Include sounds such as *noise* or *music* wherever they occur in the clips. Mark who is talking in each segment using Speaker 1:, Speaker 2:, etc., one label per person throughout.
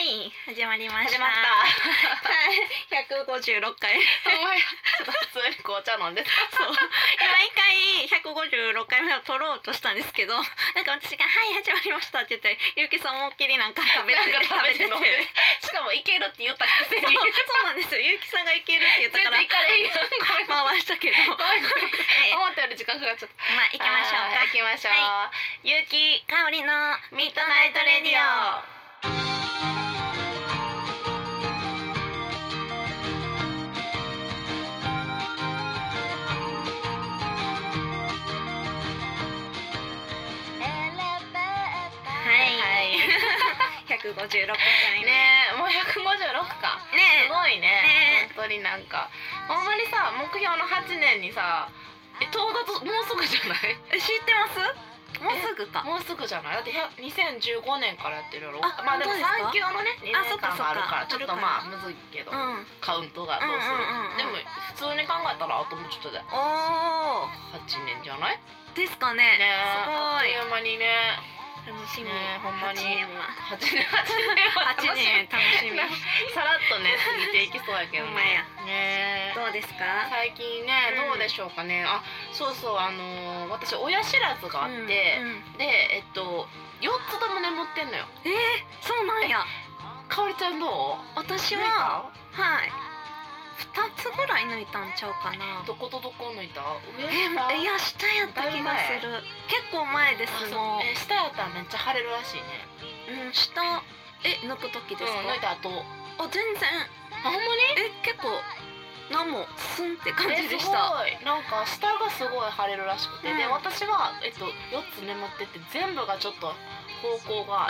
Speaker 1: い始まりました
Speaker 2: 始まった
Speaker 1: 1 5 6回
Speaker 2: お前ちょっと普通に紅茶飲んでた
Speaker 1: そう今一回156回目を撮ろうとしたんですけどなんか私が「はい始まりました」って言ってゆうきさん思いっきりなんか食べて
Speaker 2: なんか食べて飲ん
Speaker 1: 食
Speaker 2: で
Speaker 1: べて
Speaker 2: しかもいけるって言ったくせ
Speaker 1: そう
Speaker 2: に
Speaker 1: そうなんですよゆうきさんがいけるって言ったか
Speaker 2: 全
Speaker 1: ら
Speaker 2: 然いかれへんやんごめんご
Speaker 1: 回したけどま
Speaker 2: めんごめん
Speaker 1: あ
Speaker 2: 思ったより時間かかっちゃった
Speaker 1: 行きましょうか
Speaker 2: 行きましょう、ゆうき
Speaker 1: 香りのミッドナイトレディオはい156回ね
Speaker 2: ねえもう156かす
Speaker 1: ね
Speaker 2: ごい
Speaker 1: ね
Speaker 2: ね本当になんかほんまにさ目標の8年にさえ到達もうすぐじゃない
Speaker 1: え知ってますもうすぐか
Speaker 2: もうすぐじゃないだって100 2015年からやってるやろ
Speaker 1: あ
Speaker 2: まあでも
Speaker 1: 本当ですか
Speaker 2: 3級のね2
Speaker 1: あそ
Speaker 2: 年
Speaker 1: っかそっか
Speaker 2: 間もあるからちょっと
Speaker 1: あ
Speaker 2: まあむずいけど、
Speaker 1: うん
Speaker 2: カウントがどうす
Speaker 1: う
Speaker 2: るか、
Speaker 1: んうんうんうん
Speaker 2: でも普通に考えたらあともうちょっとで
Speaker 1: おー
Speaker 2: 8年じゃないね
Speaker 1: ですかね
Speaker 2: え
Speaker 1: す
Speaker 2: あ
Speaker 1: ご
Speaker 2: っと
Speaker 1: い
Speaker 2: いう間にね
Speaker 1: 楽しみ、
Speaker 2: ねえほんまに
Speaker 1: 8年は
Speaker 2: 8
Speaker 1: 8
Speaker 2: 年8
Speaker 1: 年
Speaker 2: 年は
Speaker 1: 楽しみ
Speaker 2: なさらっとね過ぎていきそうやけど
Speaker 1: ほんまや
Speaker 2: ねえ
Speaker 1: どうですか
Speaker 2: 最近ね
Speaker 1: うん
Speaker 2: どうでしょうかね、あそうそうあのー私親知らずがあって、
Speaker 1: うんうん
Speaker 2: でえっと4つとも眠ってんのよ
Speaker 1: えー、そうなんや
Speaker 2: かおりちゃんどう
Speaker 1: 私
Speaker 2: 抜い
Speaker 1: は
Speaker 2: た
Speaker 1: はい2つぐらい抜いたんちゃうかな
Speaker 2: どことどこ抜いた上
Speaker 1: えもういや下やった気がする結構前で
Speaker 2: あ
Speaker 1: す
Speaker 2: そ
Speaker 1: も
Speaker 2: うえ下やったらめっちゃ腫れるらしいね
Speaker 1: う、うん、下え抜く時です
Speaker 2: うん抜い
Speaker 1: か、
Speaker 2: た後
Speaker 1: あ全然
Speaker 2: あほんまに
Speaker 1: え結構何もスンって感じでした
Speaker 2: えすごいなんか下がすごい腫れるらしくて、で
Speaker 1: うん
Speaker 2: 私は、えっと、4つ眠ってて全部がちょっと方向が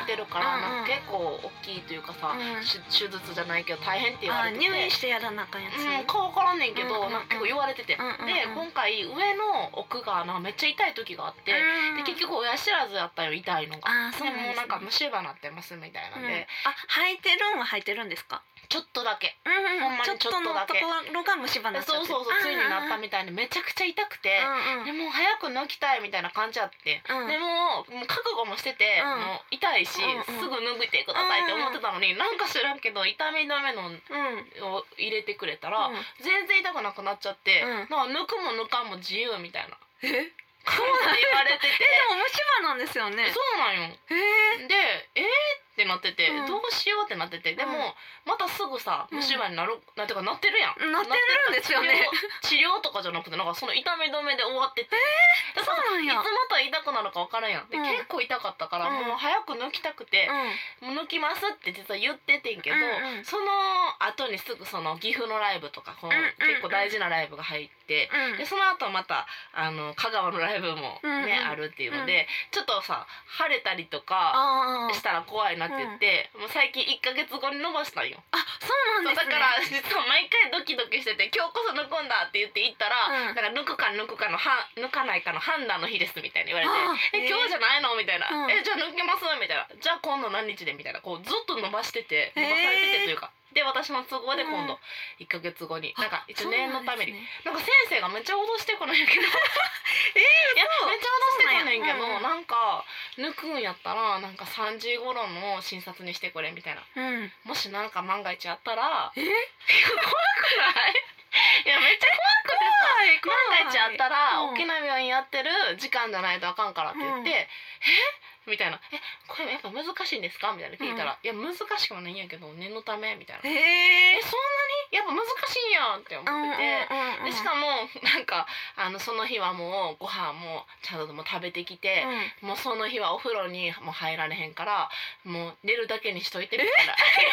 Speaker 2: 横に向いてるから
Speaker 1: あー
Speaker 2: なんか
Speaker 1: うんうん
Speaker 2: 結構大きいというかさ、
Speaker 1: うん
Speaker 2: し手術じゃないけど大変って言
Speaker 1: あ
Speaker 2: われてて
Speaker 1: 入院してやらなあかんやつ、
Speaker 2: うん、顔分からんねんけど、
Speaker 1: うんうんうん
Speaker 2: なんか結構言われて
Speaker 1: う
Speaker 2: て、
Speaker 1: んうんうん
Speaker 2: で今回上の奥がなめっちゃ痛い時があって、で結
Speaker 1: 局
Speaker 2: 局親知らずやったよ痛いのが。
Speaker 1: あーそ
Speaker 2: で
Speaker 1: うなんです、ね、
Speaker 2: もうなんか虫歯なってますみたいなんで、
Speaker 1: うんあ履いてるんは履いてるんですか
Speaker 2: ちょっとだけ
Speaker 1: うんうん
Speaker 2: ほんま
Speaker 1: ちょ
Speaker 2: に
Speaker 1: っ
Speaker 2: ちょ
Speaker 1: と
Speaker 2: っ
Speaker 1: の
Speaker 2: とだ
Speaker 1: と
Speaker 2: け
Speaker 1: ころが虫歯になっちゃって
Speaker 2: そうそうそうついになった
Speaker 1: み
Speaker 2: みたいにめちゃくちゃ痛くて、
Speaker 1: うんうん
Speaker 2: でもう早く抜きたいみたいな感じやって、
Speaker 1: うん
Speaker 2: でももう覚悟もしてて、
Speaker 1: うん
Speaker 2: もう痛いし、
Speaker 1: うんうん
Speaker 2: すぐ脱いてくださいって思ってたのに、なんか知らんけど痛み止め
Speaker 1: う
Speaker 2: の
Speaker 1: ん
Speaker 2: を入れてくれた
Speaker 1: う
Speaker 2: ら、
Speaker 1: ん
Speaker 2: 全然痛くなくなっちゃって、
Speaker 1: うん
Speaker 2: なんか抜くも抜かんも自由みたいな
Speaker 1: えで
Speaker 2: そうって言われてて
Speaker 1: も虫歯なんですよね
Speaker 2: そうなんよ
Speaker 1: へ
Speaker 2: でえーってなってて、
Speaker 1: うん
Speaker 2: どうしようってなっててでも、
Speaker 1: うん
Speaker 2: またすぐさ
Speaker 1: うん
Speaker 2: 虫歯になる、なんていうかなってるやん
Speaker 1: えなってるんですよね
Speaker 2: 治療治療とかじゃなくてなんかその痛み止めで終わってて、で
Speaker 1: そうな
Speaker 2: その
Speaker 1: ん
Speaker 2: いつ
Speaker 1: や
Speaker 2: また痛くなるか分からんやん
Speaker 1: うん
Speaker 2: で、結構痛かったから、
Speaker 1: うん
Speaker 2: もう早く抜きたくて、
Speaker 1: う
Speaker 2: もう抜きますって実は言っててんけ
Speaker 1: う
Speaker 2: ど、
Speaker 1: んうん
Speaker 2: その後にすぐその岐阜のライブとかこ
Speaker 1: う
Speaker 2: の
Speaker 1: んうんうん
Speaker 2: 結構大事なライブが入って、
Speaker 1: んうん
Speaker 2: でその後またあの香川のライブもね、
Speaker 1: うんうん
Speaker 2: あるっていうので、ちょっとさ晴れたりとか
Speaker 1: あー
Speaker 2: したら怖いなって言って、もう最近1ヶ月後に伸ばしたんよ。
Speaker 1: あそうなんです
Speaker 2: そう
Speaker 1: ね
Speaker 2: だから実は毎回ドキドキしてて今日こそ抜くんだって言って行ったら、
Speaker 1: うん
Speaker 2: なんか抜くか抜くかのは抜かないかの判断の日ですみたいに言われて
Speaker 1: あ
Speaker 2: 「え今
Speaker 1: ゃ
Speaker 2: 日じゃないの?」みたいな
Speaker 1: うん
Speaker 2: 「えじゃあ抜けます?」みたいな「じゃあ今度何日で?」みたいなこうずっと伸ばして
Speaker 1: へ
Speaker 2: て伸
Speaker 1: ー
Speaker 2: ばされててというか。で私の都合で今
Speaker 1: うん
Speaker 2: 度1ヶ月後になんか一応念のために
Speaker 1: に
Speaker 2: なんか先生がめっちゃ脅してこないけ *laughs* どいや
Speaker 1: そう
Speaker 2: めっちゃ脅してこな
Speaker 1: そ
Speaker 2: いけ
Speaker 1: うなんやうんうん
Speaker 2: どなんか抜くんやったらなんか3時頃の診察にしてくれみたいな
Speaker 1: うん
Speaker 2: もしなんか万が一あったら
Speaker 1: え
Speaker 2: いや怖くないいやめっちゃ怖くてさ
Speaker 1: 怖
Speaker 2: 万が一あったら、
Speaker 1: うん
Speaker 2: 沖縄病院やってる時間じゃないとあかんからって言って、
Speaker 1: うん
Speaker 2: えみたいな「えこれやっぱ難しいんですか?」みたいな聞いたら「いや難しくはないんやけど念のため」みたいな「え
Speaker 1: へえ
Speaker 2: そんなにやっぱ難しいんや」って思ってて。でしかも *laughs* なんかあのその日はもうご飯もちゃんともう食べてきて、
Speaker 1: うん
Speaker 2: *laughs* もうその日はお風呂にも入られへんからもう寝るだけにしといてみたいな
Speaker 1: それ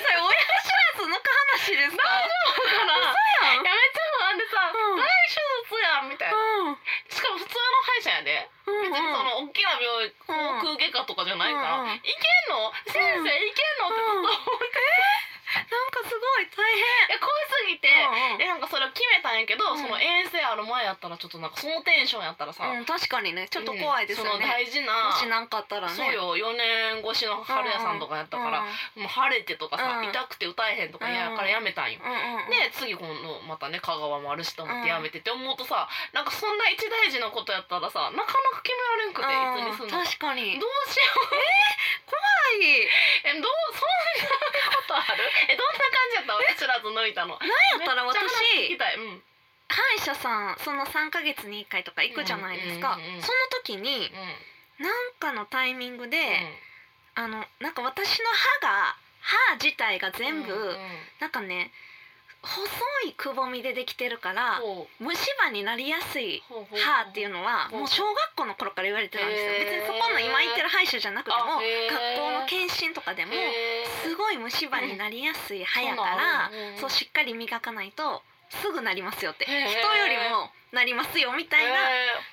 Speaker 1: 親知らずの話ですか
Speaker 2: だから
Speaker 1: や
Speaker 2: いやめっちゃ不安でさ、
Speaker 1: うん
Speaker 2: 大手術やんみたいなしかも普通の歯医者やで
Speaker 1: うん
Speaker 2: 別にその大きな病院
Speaker 1: うん
Speaker 2: 航空外科とかじゃないから、
Speaker 1: うんうん
Speaker 2: いけんの先生いけんのってこと、い
Speaker 1: なんかすごい大変
Speaker 2: や怖すぎて、
Speaker 1: うんうん
Speaker 2: でなんかそれを決めたんやけど、
Speaker 1: うん
Speaker 2: その遠征ある前やったらちょっとなんかそのテンションやったらさ、
Speaker 1: うん、確かにねちょっと怖いですよ
Speaker 2: うんその
Speaker 1: ね、
Speaker 2: 大事な
Speaker 1: もしなんかあったらね
Speaker 2: そうよ4年越しの春屋さんとかやったから、もう晴れてとかさ、
Speaker 1: うん
Speaker 2: 痛くて歌えへんとか嫌やからやめたんよ、
Speaker 1: うんうんうん
Speaker 2: で次今度またね香川もあるしと思ってやめてって思うとさなんかそんな一大事なことやったらさなかなか決められんくていつにすんのか
Speaker 1: 確かに
Speaker 2: どうしよう
Speaker 1: い
Speaker 2: *laughs* えどうそんなこと
Speaker 1: *laughs*
Speaker 2: あるえどんな感じやった *laughs* 私らず抜いたの
Speaker 1: なんやったら私
Speaker 2: めっちゃ話聞きたい、うん、うん
Speaker 1: 歯医者さんその3ヶ月に1回とか行くじゃないですか、
Speaker 2: うんうんうんうん
Speaker 1: その時になんかのタイミングで、あのなんか私の歯が歯自体が全部、
Speaker 2: うんうん
Speaker 1: なんかね細いくぼみでできてるから
Speaker 2: ほう
Speaker 1: 虫歯になりやすい
Speaker 2: ほうほうほう
Speaker 1: 歯っていうのは
Speaker 2: ほう
Speaker 1: もう小学校の頃から言われてたんですよ
Speaker 2: へー
Speaker 1: 別にそこの今行ってる歯医者じゃなくても
Speaker 2: あへー
Speaker 1: 学校の検診とかでも
Speaker 2: へー
Speaker 1: すごい虫歯になりやすい歯やからそうしっかり磨かないとすぐなりますよって人
Speaker 2: へー
Speaker 1: よりもなりますよみたいな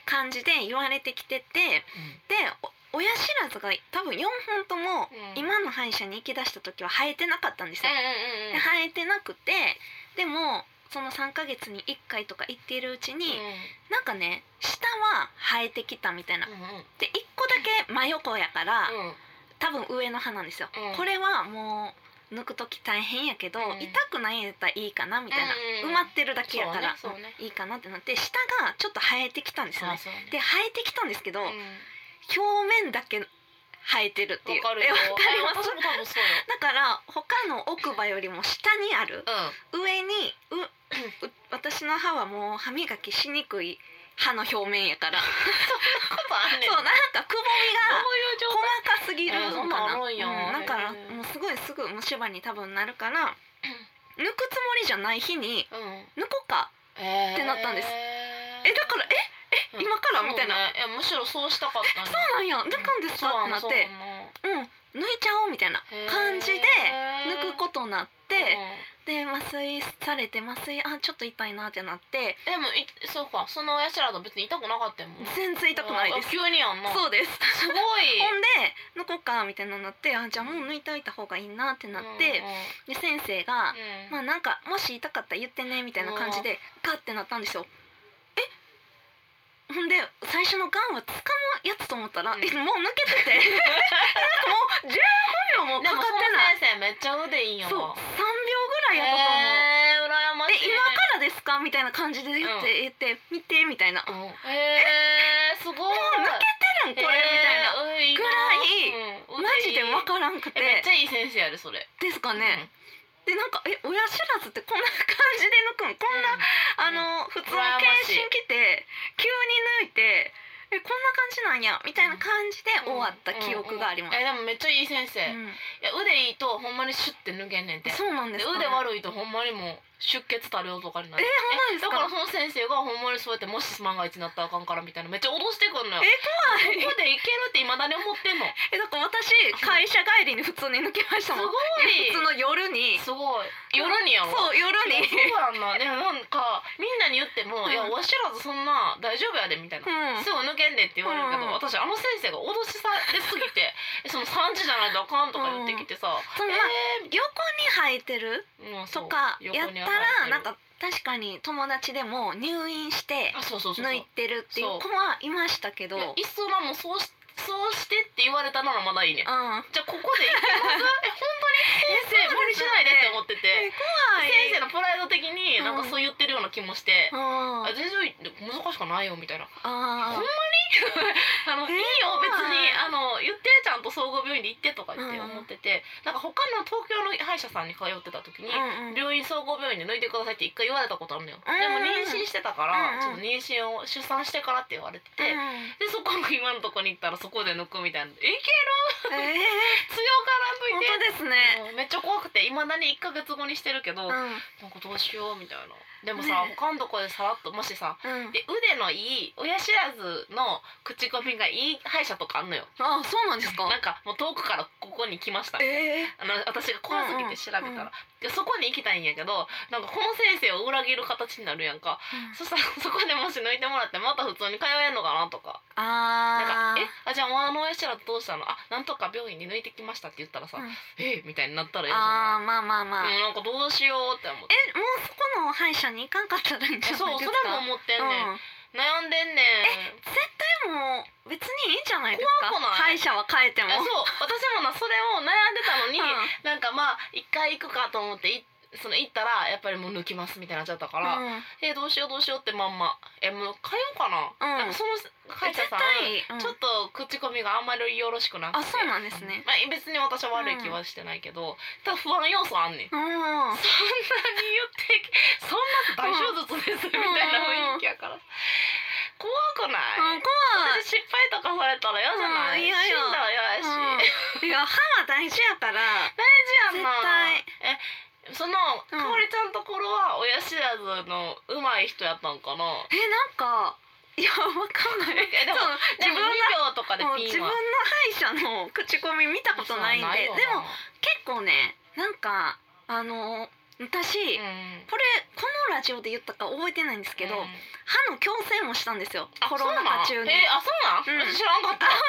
Speaker 1: 感じで言われてきててでお親知らずが多分4本とも
Speaker 2: うん
Speaker 1: 今の歯医者に行き出した時は生えてなかったんですよ。で
Speaker 2: な
Speaker 1: 生えてなくてでもその3ヶ月に1回とか行っているうちに、なんかね下は生えてきたみたいな。で1個だけ真横やから、多分上の歯なんですよ。
Speaker 2: うん
Speaker 1: これはもう抜く時大変やけど、
Speaker 2: うん
Speaker 1: 痛くないんやったらいいかなみたいな、
Speaker 2: うん
Speaker 1: 埋まってるだけやから、
Speaker 2: そうねそうね
Speaker 1: いいかなってなって下がちょっと生えてきたんですよね。で
Speaker 2: で
Speaker 1: 生えてきたんですけど、
Speaker 2: わ
Speaker 1: 表面だけ生えてるっていう
Speaker 2: かる
Speaker 1: え
Speaker 2: よ
Speaker 1: わかります
Speaker 2: 私も多分そうよ
Speaker 1: だから他の奥歯よりも下にある上にうう私の歯はもう歯磨きしにくい歯の表面やから
Speaker 2: ことあんねん
Speaker 1: そうなんかくぼみが細か
Speaker 2: そ
Speaker 1: すぎるのかな、
Speaker 2: うんそんなんあるんや
Speaker 1: だから
Speaker 2: へえ
Speaker 1: もうすごいすぐ虫歯に多分なるから抜くつもりじゃない日に
Speaker 2: ういう状態
Speaker 1: 抜こうか
Speaker 2: え
Speaker 1: ってなったんですえ
Speaker 2: え
Speaker 1: だからえ
Speaker 2: うん
Speaker 1: 今からみたいな
Speaker 2: そうねやむしろそうしたかった
Speaker 1: そうなんや抜くんですかってなってうん抜いちゃおうみたいな感じで抜く
Speaker 2: っ
Speaker 1: ことになってて、で麻酔されて麻酔あちょっと痛いなってなって
Speaker 2: でもいそうかその親知らず別に痛くなかったよもん
Speaker 1: 全然痛くないです
Speaker 2: あ急にやんな
Speaker 1: そうです
Speaker 2: すごい
Speaker 1: ほんで抜こうかみたいなのになってあじゃあもう抜いといた方がいいなってなってで先生が
Speaker 2: うん
Speaker 1: まあなんかもし痛かったら言ってねみたいな感じでガッてなったんですよえほんで最初のガンは掴むやつと思ったら、
Speaker 2: うん
Speaker 1: えもう抜け
Speaker 2: *laughs*
Speaker 1: ててなんかもう15秒も
Speaker 2: で
Speaker 1: か
Speaker 2: も
Speaker 1: か
Speaker 2: その
Speaker 1: ってない
Speaker 2: 先生めっちゃ腕いいんよ
Speaker 1: そう3秒ぐらいやったと思う、
Speaker 2: えー、羨ま
Speaker 1: え
Speaker 2: しい
Speaker 1: 今からですかみたいな感じで言って、
Speaker 2: う
Speaker 1: 言って見てみたいな、
Speaker 2: うんえー、すごいも
Speaker 1: もう抜けてるんこれ、みたいな
Speaker 2: み
Speaker 1: ぐ
Speaker 2: ら
Speaker 1: マジで分
Speaker 2: っ
Speaker 1: からんくて
Speaker 2: えめっちゃいい先生やるそれ
Speaker 1: ですかね、でなんかえ親知らずってこんな感じで抜くんこ
Speaker 2: うん
Speaker 1: んな、あの普通の検
Speaker 2: 羨ましい
Speaker 1: 診来て急に抜いてえこんな感じなんやみたいな感じで終わった記憶があります、
Speaker 2: うんうんえでもめっちゃいい先生、
Speaker 1: うん
Speaker 2: いや腕いいとほんまにシュッて抜けんねんて
Speaker 1: そうなんで
Speaker 2: です
Speaker 1: か、ね、
Speaker 2: 腕悪いとほんまにもう出血多量とかにな
Speaker 1: え
Speaker 2: る
Speaker 1: ほんまです
Speaker 2: だ
Speaker 1: か
Speaker 2: からその先生がほんまにそうやってもし万が一なったらあかんからみたいなめっちゃ脅してくんのよ
Speaker 1: え
Speaker 2: ここでいけるっていまだに思ってんの
Speaker 1: えだから私会社帰りに普通に抜けました
Speaker 2: す
Speaker 1: もん
Speaker 2: ご
Speaker 1: え
Speaker 2: い
Speaker 1: 普通の夜に
Speaker 2: すごい夜にやろ
Speaker 1: そう夜に
Speaker 2: そうやんなでもなんかみんなに言っても「
Speaker 1: うん
Speaker 2: いやわしらずそんな大丈夫やで」みたいな。
Speaker 1: うん
Speaker 2: すぐ抜けんでって言われるけど、
Speaker 1: うん
Speaker 2: 私あの先生が脅しされすぎ
Speaker 1: *laughs*
Speaker 2: て「えその3時じゃないとあかん」とか言ってきてさ「
Speaker 1: そのまあ
Speaker 2: え
Speaker 1: 横に生えてる
Speaker 2: ーうんそう
Speaker 1: とか
Speaker 2: 横
Speaker 1: やっ
Speaker 2: に
Speaker 1: た
Speaker 2: は入って
Speaker 1: ら
Speaker 2: る
Speaker 1: なんか確かに友達でも入院して
Speaker 2: あそうそうそうそう
Speaker 1: 抜いてるっていう子はいましたけど、うん
Speaker 2: いや、いっそなもうそうしそうしてって言われたならまだいいねんじゃあここでい
Speaker 1: *laughs*
Speaker 2: けますえ本当に先生無理しないでって思ってて先生
Speaker 1: 生
Speaker 2: のプライド的になんかそう言ってるような気もして、
Speaker 1: あ
Speaker 2: あ全然難しくないよみたいな
Speaker 1: あ
Speaker 2: あの、
Speaker 1: えー
Speaker 2: いいよ別に
Speaker 1: はい
Speaker 2: あの言ってちゃんと総合病院で行ってとか言って
Speaker 1: うん
Speaker 2: 思ってて、なんか他の東京の歯医者さんに通ってた時に、
Speaker 1: うんうん
Speaker 2: 病院総合病院で抜いてくださいって一回言われたことあるのよ、
Speaker 1: うん
Speaker 2: でも妊娠してたから、
Speaker 1: うんうん
Speaker 2: ちょっと妊娠を出産してからって言われてて、
Speaker 1: うん
Speaker 2: でそこの今のとこに行ったらそこで抜くみたいな「いける
Speaker 1: ええ
Speaker 2: *laughs* 強
Speaker 1: 本当で
Speaker 2: からんといて」
Speaker 1: すね。
Speaker 2: もうめっちゃ怖くていまだに1ヶ月後にしてるけど、
Speaker 1: う
Speaker 2: なん
Speaker 1: ん
Speaker 2: かどうしようみたいなでもさ、
Speaker 1: ね
Speaker 2: 他のとこでさらっともしさ
Speaker 1: うん。
Speaker 2: で腕のいい親知らずの口コミがいい歯医者とかあんのよ
Speaker 1: あそうなんですか。
Speaker 2: なんかもう遠くからここに来ました
Speaker 1: ええ
Speaker 2: あの私が怖すぎて調べたら、
Speaker 1: うんうんうん
Speaker 2: でそこに行きたいんやけどなんかこの先生を裏切る形になるやんかそしたらそこでもし抜いてもらってまた普通に通えんのかなとかな
Speaker 1: あ
Speaker 2: んか
Speaker 1: ー
Speaker 2: えあじゃああの親知らずどうしたのあなんとか病院に抜いてきましたって言ったらさ、
Speaker 1: うん
Speaker 2: えみたいになったらええじ
Speaker 1: あ
Speaker 2: ゃ
Speaker 1: ーまあまあまあ。
Speaker 2: ない、
Speaker 1: え
Speaker 2: うん、なんかどうしようって思って
Speaker 1: もうそこの歯医者に行かんかったらいいんじゃないです
Speaker 2: えそ
Speaker 1: か。
Speaker 2: うそれも思ってんねん、
Speaker 1: うん
Speaker 2: 悩んでんねん
Speaker 1: でも別にいいんじゃないですか。
Speaker 2: 怖くない
Speaker 1: 歯医者は変えても。
Speaker 2: えそう私もなそれを悩んでたのに、
Speaker 1: うん
Speaker 2: なんかまあ一回行くかと思っていその行ったらやっぱりもう抜きますみたいになっちゃったから、
Speaker 1: うん
Speaker 2: えどうしようどうしようってまんまえもう変えようかな,、
Speaker 1: うん
Speaker 2: なんかその会社
Speaker 1: 絶
Speaker 2: さん、
Speaker 1: 対、うん
Speaker 2: ちょっと口コミがあんまりよろしくなくて
Speaker 1: あそうなんですね
Speaker 2: まあ、別に私は悪い気はしてないけど、ただ不安要素あんね
Speaker 1: う
Speaker 2: ん、
Speaker 1: ん
Speaker 2: そんなに言ってそんな大手術ですみたいな雰囲気やから、怖くない、
Speaker 1: うん怖い
Speaker 2: 私失敗とかされたら嫌じゃな
Speaker 1: う
Speaker 2: い、
Speaker 1: ん嫌よう
Speaker 2: 死んだら嫌やし、
Speaker 1: んいや歯は大事やから
Speaker 2: *laughs* 大事やんな
Speaker 1: 絶
Speaker 2: えその、かおりちゃんところは親知らずの上手い人やったんかな
Speaker 1: えなんかいやわかんない
Speaker 2: えでも
Speaker 1: そう自
Speaker 2: 自分
Speaker 1: 分
Speaker 2: の
Speaker 1: の
Speaker 2: 2秒とかで
Speaker 1: もう
Speaker 2: ピ
Speaker 1: 自
Speaker 2: ン
Speaker 1: 分の
Speaker 2: は
Speaker 1: 歯医者の口コミ見たことないんで
Speaker 2: な
Speaker 1: で
Speaker 2: よな
Speaker 1: も結構ねなんかあの私、
Speaker 2: うん
Speaker 1: これこのラジオで言ったか覚えてないんですけど、
Speaker 2: うん
Speaker 1: 歯の矯正もしたんですよコロナ禍中に。
Speaker 2: あそうなんえあそうなん、
Speaker 1: うん
Speaker 2: 知らんかった
Speaker 1: なんか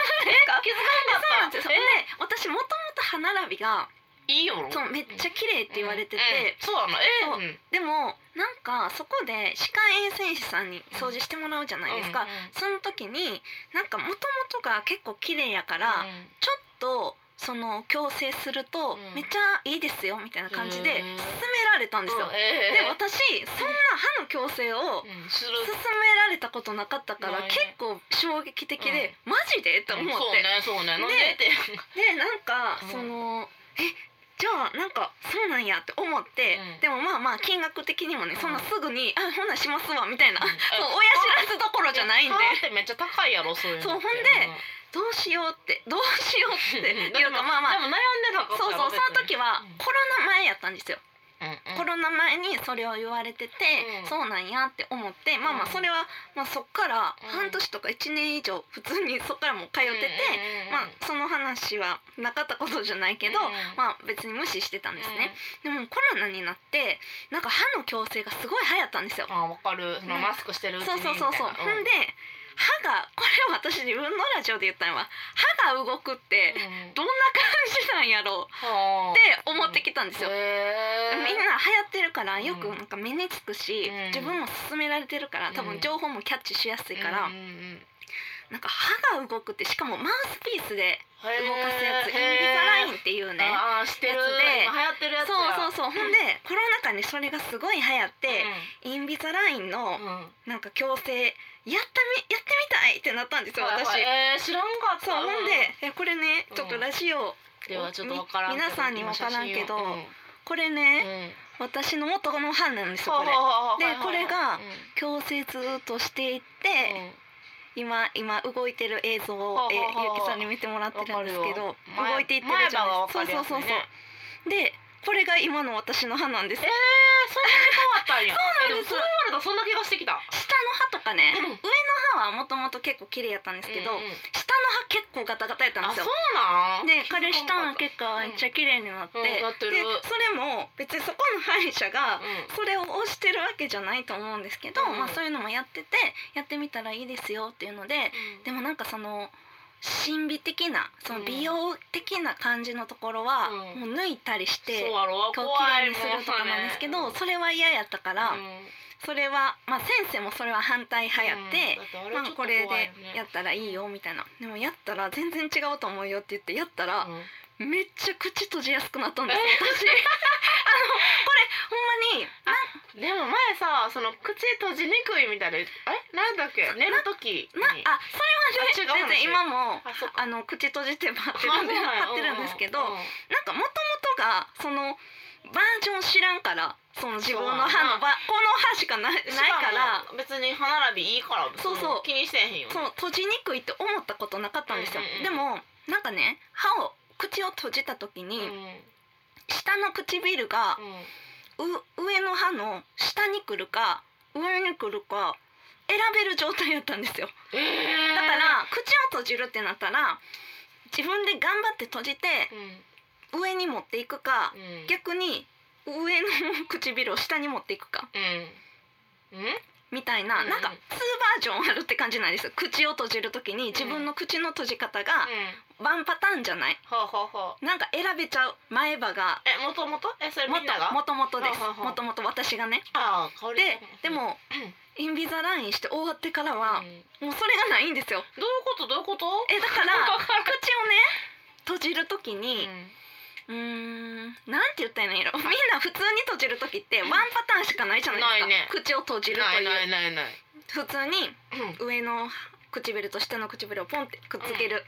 Speaker 2: 気づか
Speaker 1: そ
Speaker 2: ん
Speaker 1: う
Speaker 2: か
Speaker 1: な
Speaker 2: っ
Speaker 1: ん
Speaker 2: た
Speaker 1: ですよで私もともと歯並びが
Speaker 2: えいいよろ
Speaker 1: そうめっちゃ綺麗って言われてて、
Speaker 2: うんそうなのえ
Speaker 1: そう
Speaker 2: うん
Speaker 1: でもなんかそこで歯科衛生士さんに掃除してもらうじゃないですか、
Speaker 2: うんうん
Speaker 1: その時になんかもともとが結構綺麗やから、
Speaker 2: うん
Speaker 1: ちょっとその矯正すると
Speaker 2: うん
Speaker 1: めっちゃいいですよみたいな感じで
Speaker 2: う
Speaker 1: 勧
Speaker 2: ん
Speaker 1: められたんですよ
Speaker 2: うん。え
Speaker 1: で
Speaker 2: ー
Speaker 1: 私そんな歯の矯正を
Speaker 2: うんする
Speaker 1: 勧められたことなかったから
Speaker 2: ないね
Speaker 1: 結構衝撃的で、マジでと思って、
Speaker 2: そうねそうねなんで
Speaker 1: で
Speaker 2: って
Speaker 1: でなんか、
Speaker 2: うん
Speaker 1: そのえじゃあなんかそうなんやって思って、
Speaker 2: うん
Speaker 1: でもまあまあ金額的にもね、
Speaker 2: うん
Speaker 1: そんなすぐに「あほんなんしますわ」みたいな、
Speaker 2: うん
Speaker 1: そう親知らずどころじゃないんで
Speaker 2: カーってめっちゃ高いやろそういうのって
Speaker 1: そうほんでどうしようってどうしようって
Speaker 2: うん
Speaker 1: いうかまあま
Speaker 2: で
Speaker 1: あ
Speaker 2: も悩んでなかった
Speaker 1: そうそうその時は
Speaker 2: うん
Speaker 1: コロナ前やったんですよ、コ
Speaker 2: これ
Speaker 1: ロナ前にそれを言われてて、
Speaker 2: うん
Speaker 1: そうなんやって思ってまあまあ
Speaker 2: うん
Speaker 1: それは、まあ、そっから
Speaker 2: うん
Speaker 1: 半年とか1年以上普通にそっからもう通ってて、まあその話はなかったことじゃないけど、まあ別に無視してたんですね、でもコロナになってなんか歯の矯正がすごい流行ったんですよ、
Speaker 2: あわかるその
Speaker 1: うん
Speaker 2: マスクしてるうち
Speaker 1: そう
Speaker 2: に
Speaker 1: そうそうそう、
Speaker 2: みたい
Speaker 1: ほ
Speaker 2: なん
Speaker 1: で歯がこれ私自分のラジオで言ったのは歯が動くって
Speaker 2: うん
Speaker 1: どんな感じなんやろう
Speaker 2: はあ
Speaker 1: って思ってきたんですよ、
Speaker 2: へー
Speaker 1: みんな流行ってるから
Speaker 2: うん
Speaker 1: よくなんか目につくし、
Speaker 2: うん
Speaker 1: 自分も勧められてるから多
Speaker 2: うん
Speaker 1: 分情報もキャッチしやすいから、
Speaker 2: うんうんうん
Speaker 1: なんか歯が動くってしかもマウスピースで動かすやつインビ
Speaker 2: へー
Speaker 1: ザラインっていうね
Speaker 2: あーして
Speaker 1: や
Speaker 2: る
Speaker 1: つで
Speaker 2: 今流行ってるやつ
Speaker 1: そうそう
Speaker 2: う
Speaker 1: そう、ほんでコロナ禍にそれがすごい流行って、インビザラインの
Speaker 2: んうん
Speaker 1: なんか矯正やったみやってみたいってなったんですよ私、
Speaker 2: はいはいえー知らんかった
Speaker 1: そうほん
Speaker 2: うん
Speaker 1: でえこれね
Speaker 2: うん
Speaker 1: ちょっとラジオ、
Speaker 2: ではちょっとわからんけど
Speaker 1: み皆さんにわからんけど
Speaker 2: うんうん
Speaker 1: これね、私の元の班なんですよこれで
Speaker 2: で
Speaker 1: これが矯正ずーっとしていって、今今動いてる映像を、え
Speaker 2: はあはあはあ
Speaker 1: ゆうきさんに見てもらってるんですけど
Speaker 2: 前
Speaker 1: 動いていってるじゃ
Speaker 2: 前
Speaker 1: な
Speaker 2: 歯がわ
Speaker 1: いですか
Speaker 2: かるや
Speaker 1: そうそうそう
Speaker 2: つね
Speaker 1: そうでこれが今の私の歯なんです
Speaker 2: えー、そんなに変わったんや
Speaker 1: そうなんです
Speaker 2: えもそう言われたらそんな気がしてきた
Speaker 1: 下の歯とかね、
Speaker 2: う
Speaker 1: 上の
Speaker 2: ん
Speaker 1: 歯はもともと結構綺麗やったんですけど、
Speaker 2: うんうん
Speaker 1: 下の歯結構ガタガタやったんで
Speaker 2: あ
Speaker 1: す
Speaker 2: そう
Speaker 1: よ
Speaker 2: なん
Speaker 1: で彼下の結果めっちゃ綺麗になって,、
Speaker 2: うんうんなってる
Speaker 1: でそれも別にそこの歯医者が
Speaker 2: うん
Speaker 1: それを推してるわけじゃないと思うんですけど、
Speaker 2: うん
Speaker 1: まあ、そういうのもやっててやってみたらいいですよっていうので、でもなんかその神秘的なその美容的な感じのところは
Speaker 2: うん
Speaker 1: もう抜いたりして、
Speaker 2: そうやろ
Speaker 1: こう
Speaker 2: 怖
Speaker 1: 綺麗
Speaker 2: い
Speaker 1: にするとかなんですけど、
Speaker 2: もうね
Speaker 1: それは嫌やったから、
Speaker 2: うん
Speaker 1: それはまあ先生もそれは反対派やって、
Speaker 2: うん
Speaker 1: まあこれでや
Speaker 2: っ
Speaker 1: ったらいいよみたいなでもやったら全然違うと思うよって言ってやったら、
Speaker 2: た
Speaker 1: めっちゃ口閉じやすくなったんですよ私あのこれほんまに
Speaker 2: でも前さその口閉じにくいみたいなえなんだっけ寝る時に
Speaker 1: なあそれは
Speaker 2: あ違う
Speaker 1: ね全然今も
Speaker 2: あそうか
Speaker 1: あの口閉じてばって
Speaker 2: あ
Speaker 1: る
Speaker 2: そうんな
Speaker 1: で
Speaker 2: んや
Speaker 1: 貼ってるんですけど、
Speaker 2: うんうん
Speaker 1: なんかもともとがそのバージョン知らんからその自分の歯のばこの歯しかなない
Speaker 2: し
Speaker 1: から
Speaker 2: も別に歯並びいいから
Speaker 1: そうそう
Speaker 2: の気にしてへんよね
Speaker 1: そう閉じにくいって思ったことなかったんですよ、
Speaker 2: うんうんうん
Speaker 1: でもなんかね歯を口を閉じた時に、
Speaker 2: うん
Speaker 1: 下の唇が
Speaker 2: うん
Speaker 1: う上の歯の下に来るか上に来るか選べる状態やったんですよだか
Speaker 2: だ
Speaker 1: ら口を閉じるってなったら自分で頑張って閉じて上に持っていくか
Speaker 2: うん
Speaker 1: 逆に上の唇を下に持っていくか
Speaker 2: うんうん
Speaker 1: みたいな、
Speaker 2: うんうん
Speaker 1: なんか2バージョンあるって感じなんですよ口を閉じる時に自分の口の閉じ方がワンパターンじゃない
Speaker 2: ほうほうほう
Speaker 1: なんか選べちゃう前歯が
Speaker 2: えもともとえそれ
Speaker 1: も
Speaker 2: みんなが
Speaker 1: ともとです
Speaker 2: はあはあはあ
Speaker 1: もともと私がね
Speaker 2: ああ香り
Speaker 1: ででもインビザラインして終わってからは
Speaker 2: うんどういう
Speaker 1: もうそれがないんですよ
Speaker 2: ことどういうこと *laughs*
Speaker 1: えだから
Speaker 2: わ
Speaker 1: 口をね閉じる時
Speaker 2: う
Speaker 1: に
Speaker 2: ん
Speaker 1: うーんなんて言ったらいいのやろみんな普通に閉じる時ってワンパターンしかないじゃないですか
Speaker 2: ないね
Speaker 1: 口を閉じると
Speaker 2: ないいうないないない
Speaker 1: 普通に
Speaker 2: うんうん
Speaker 1: 上の唇と下の唇をポンってくっつける、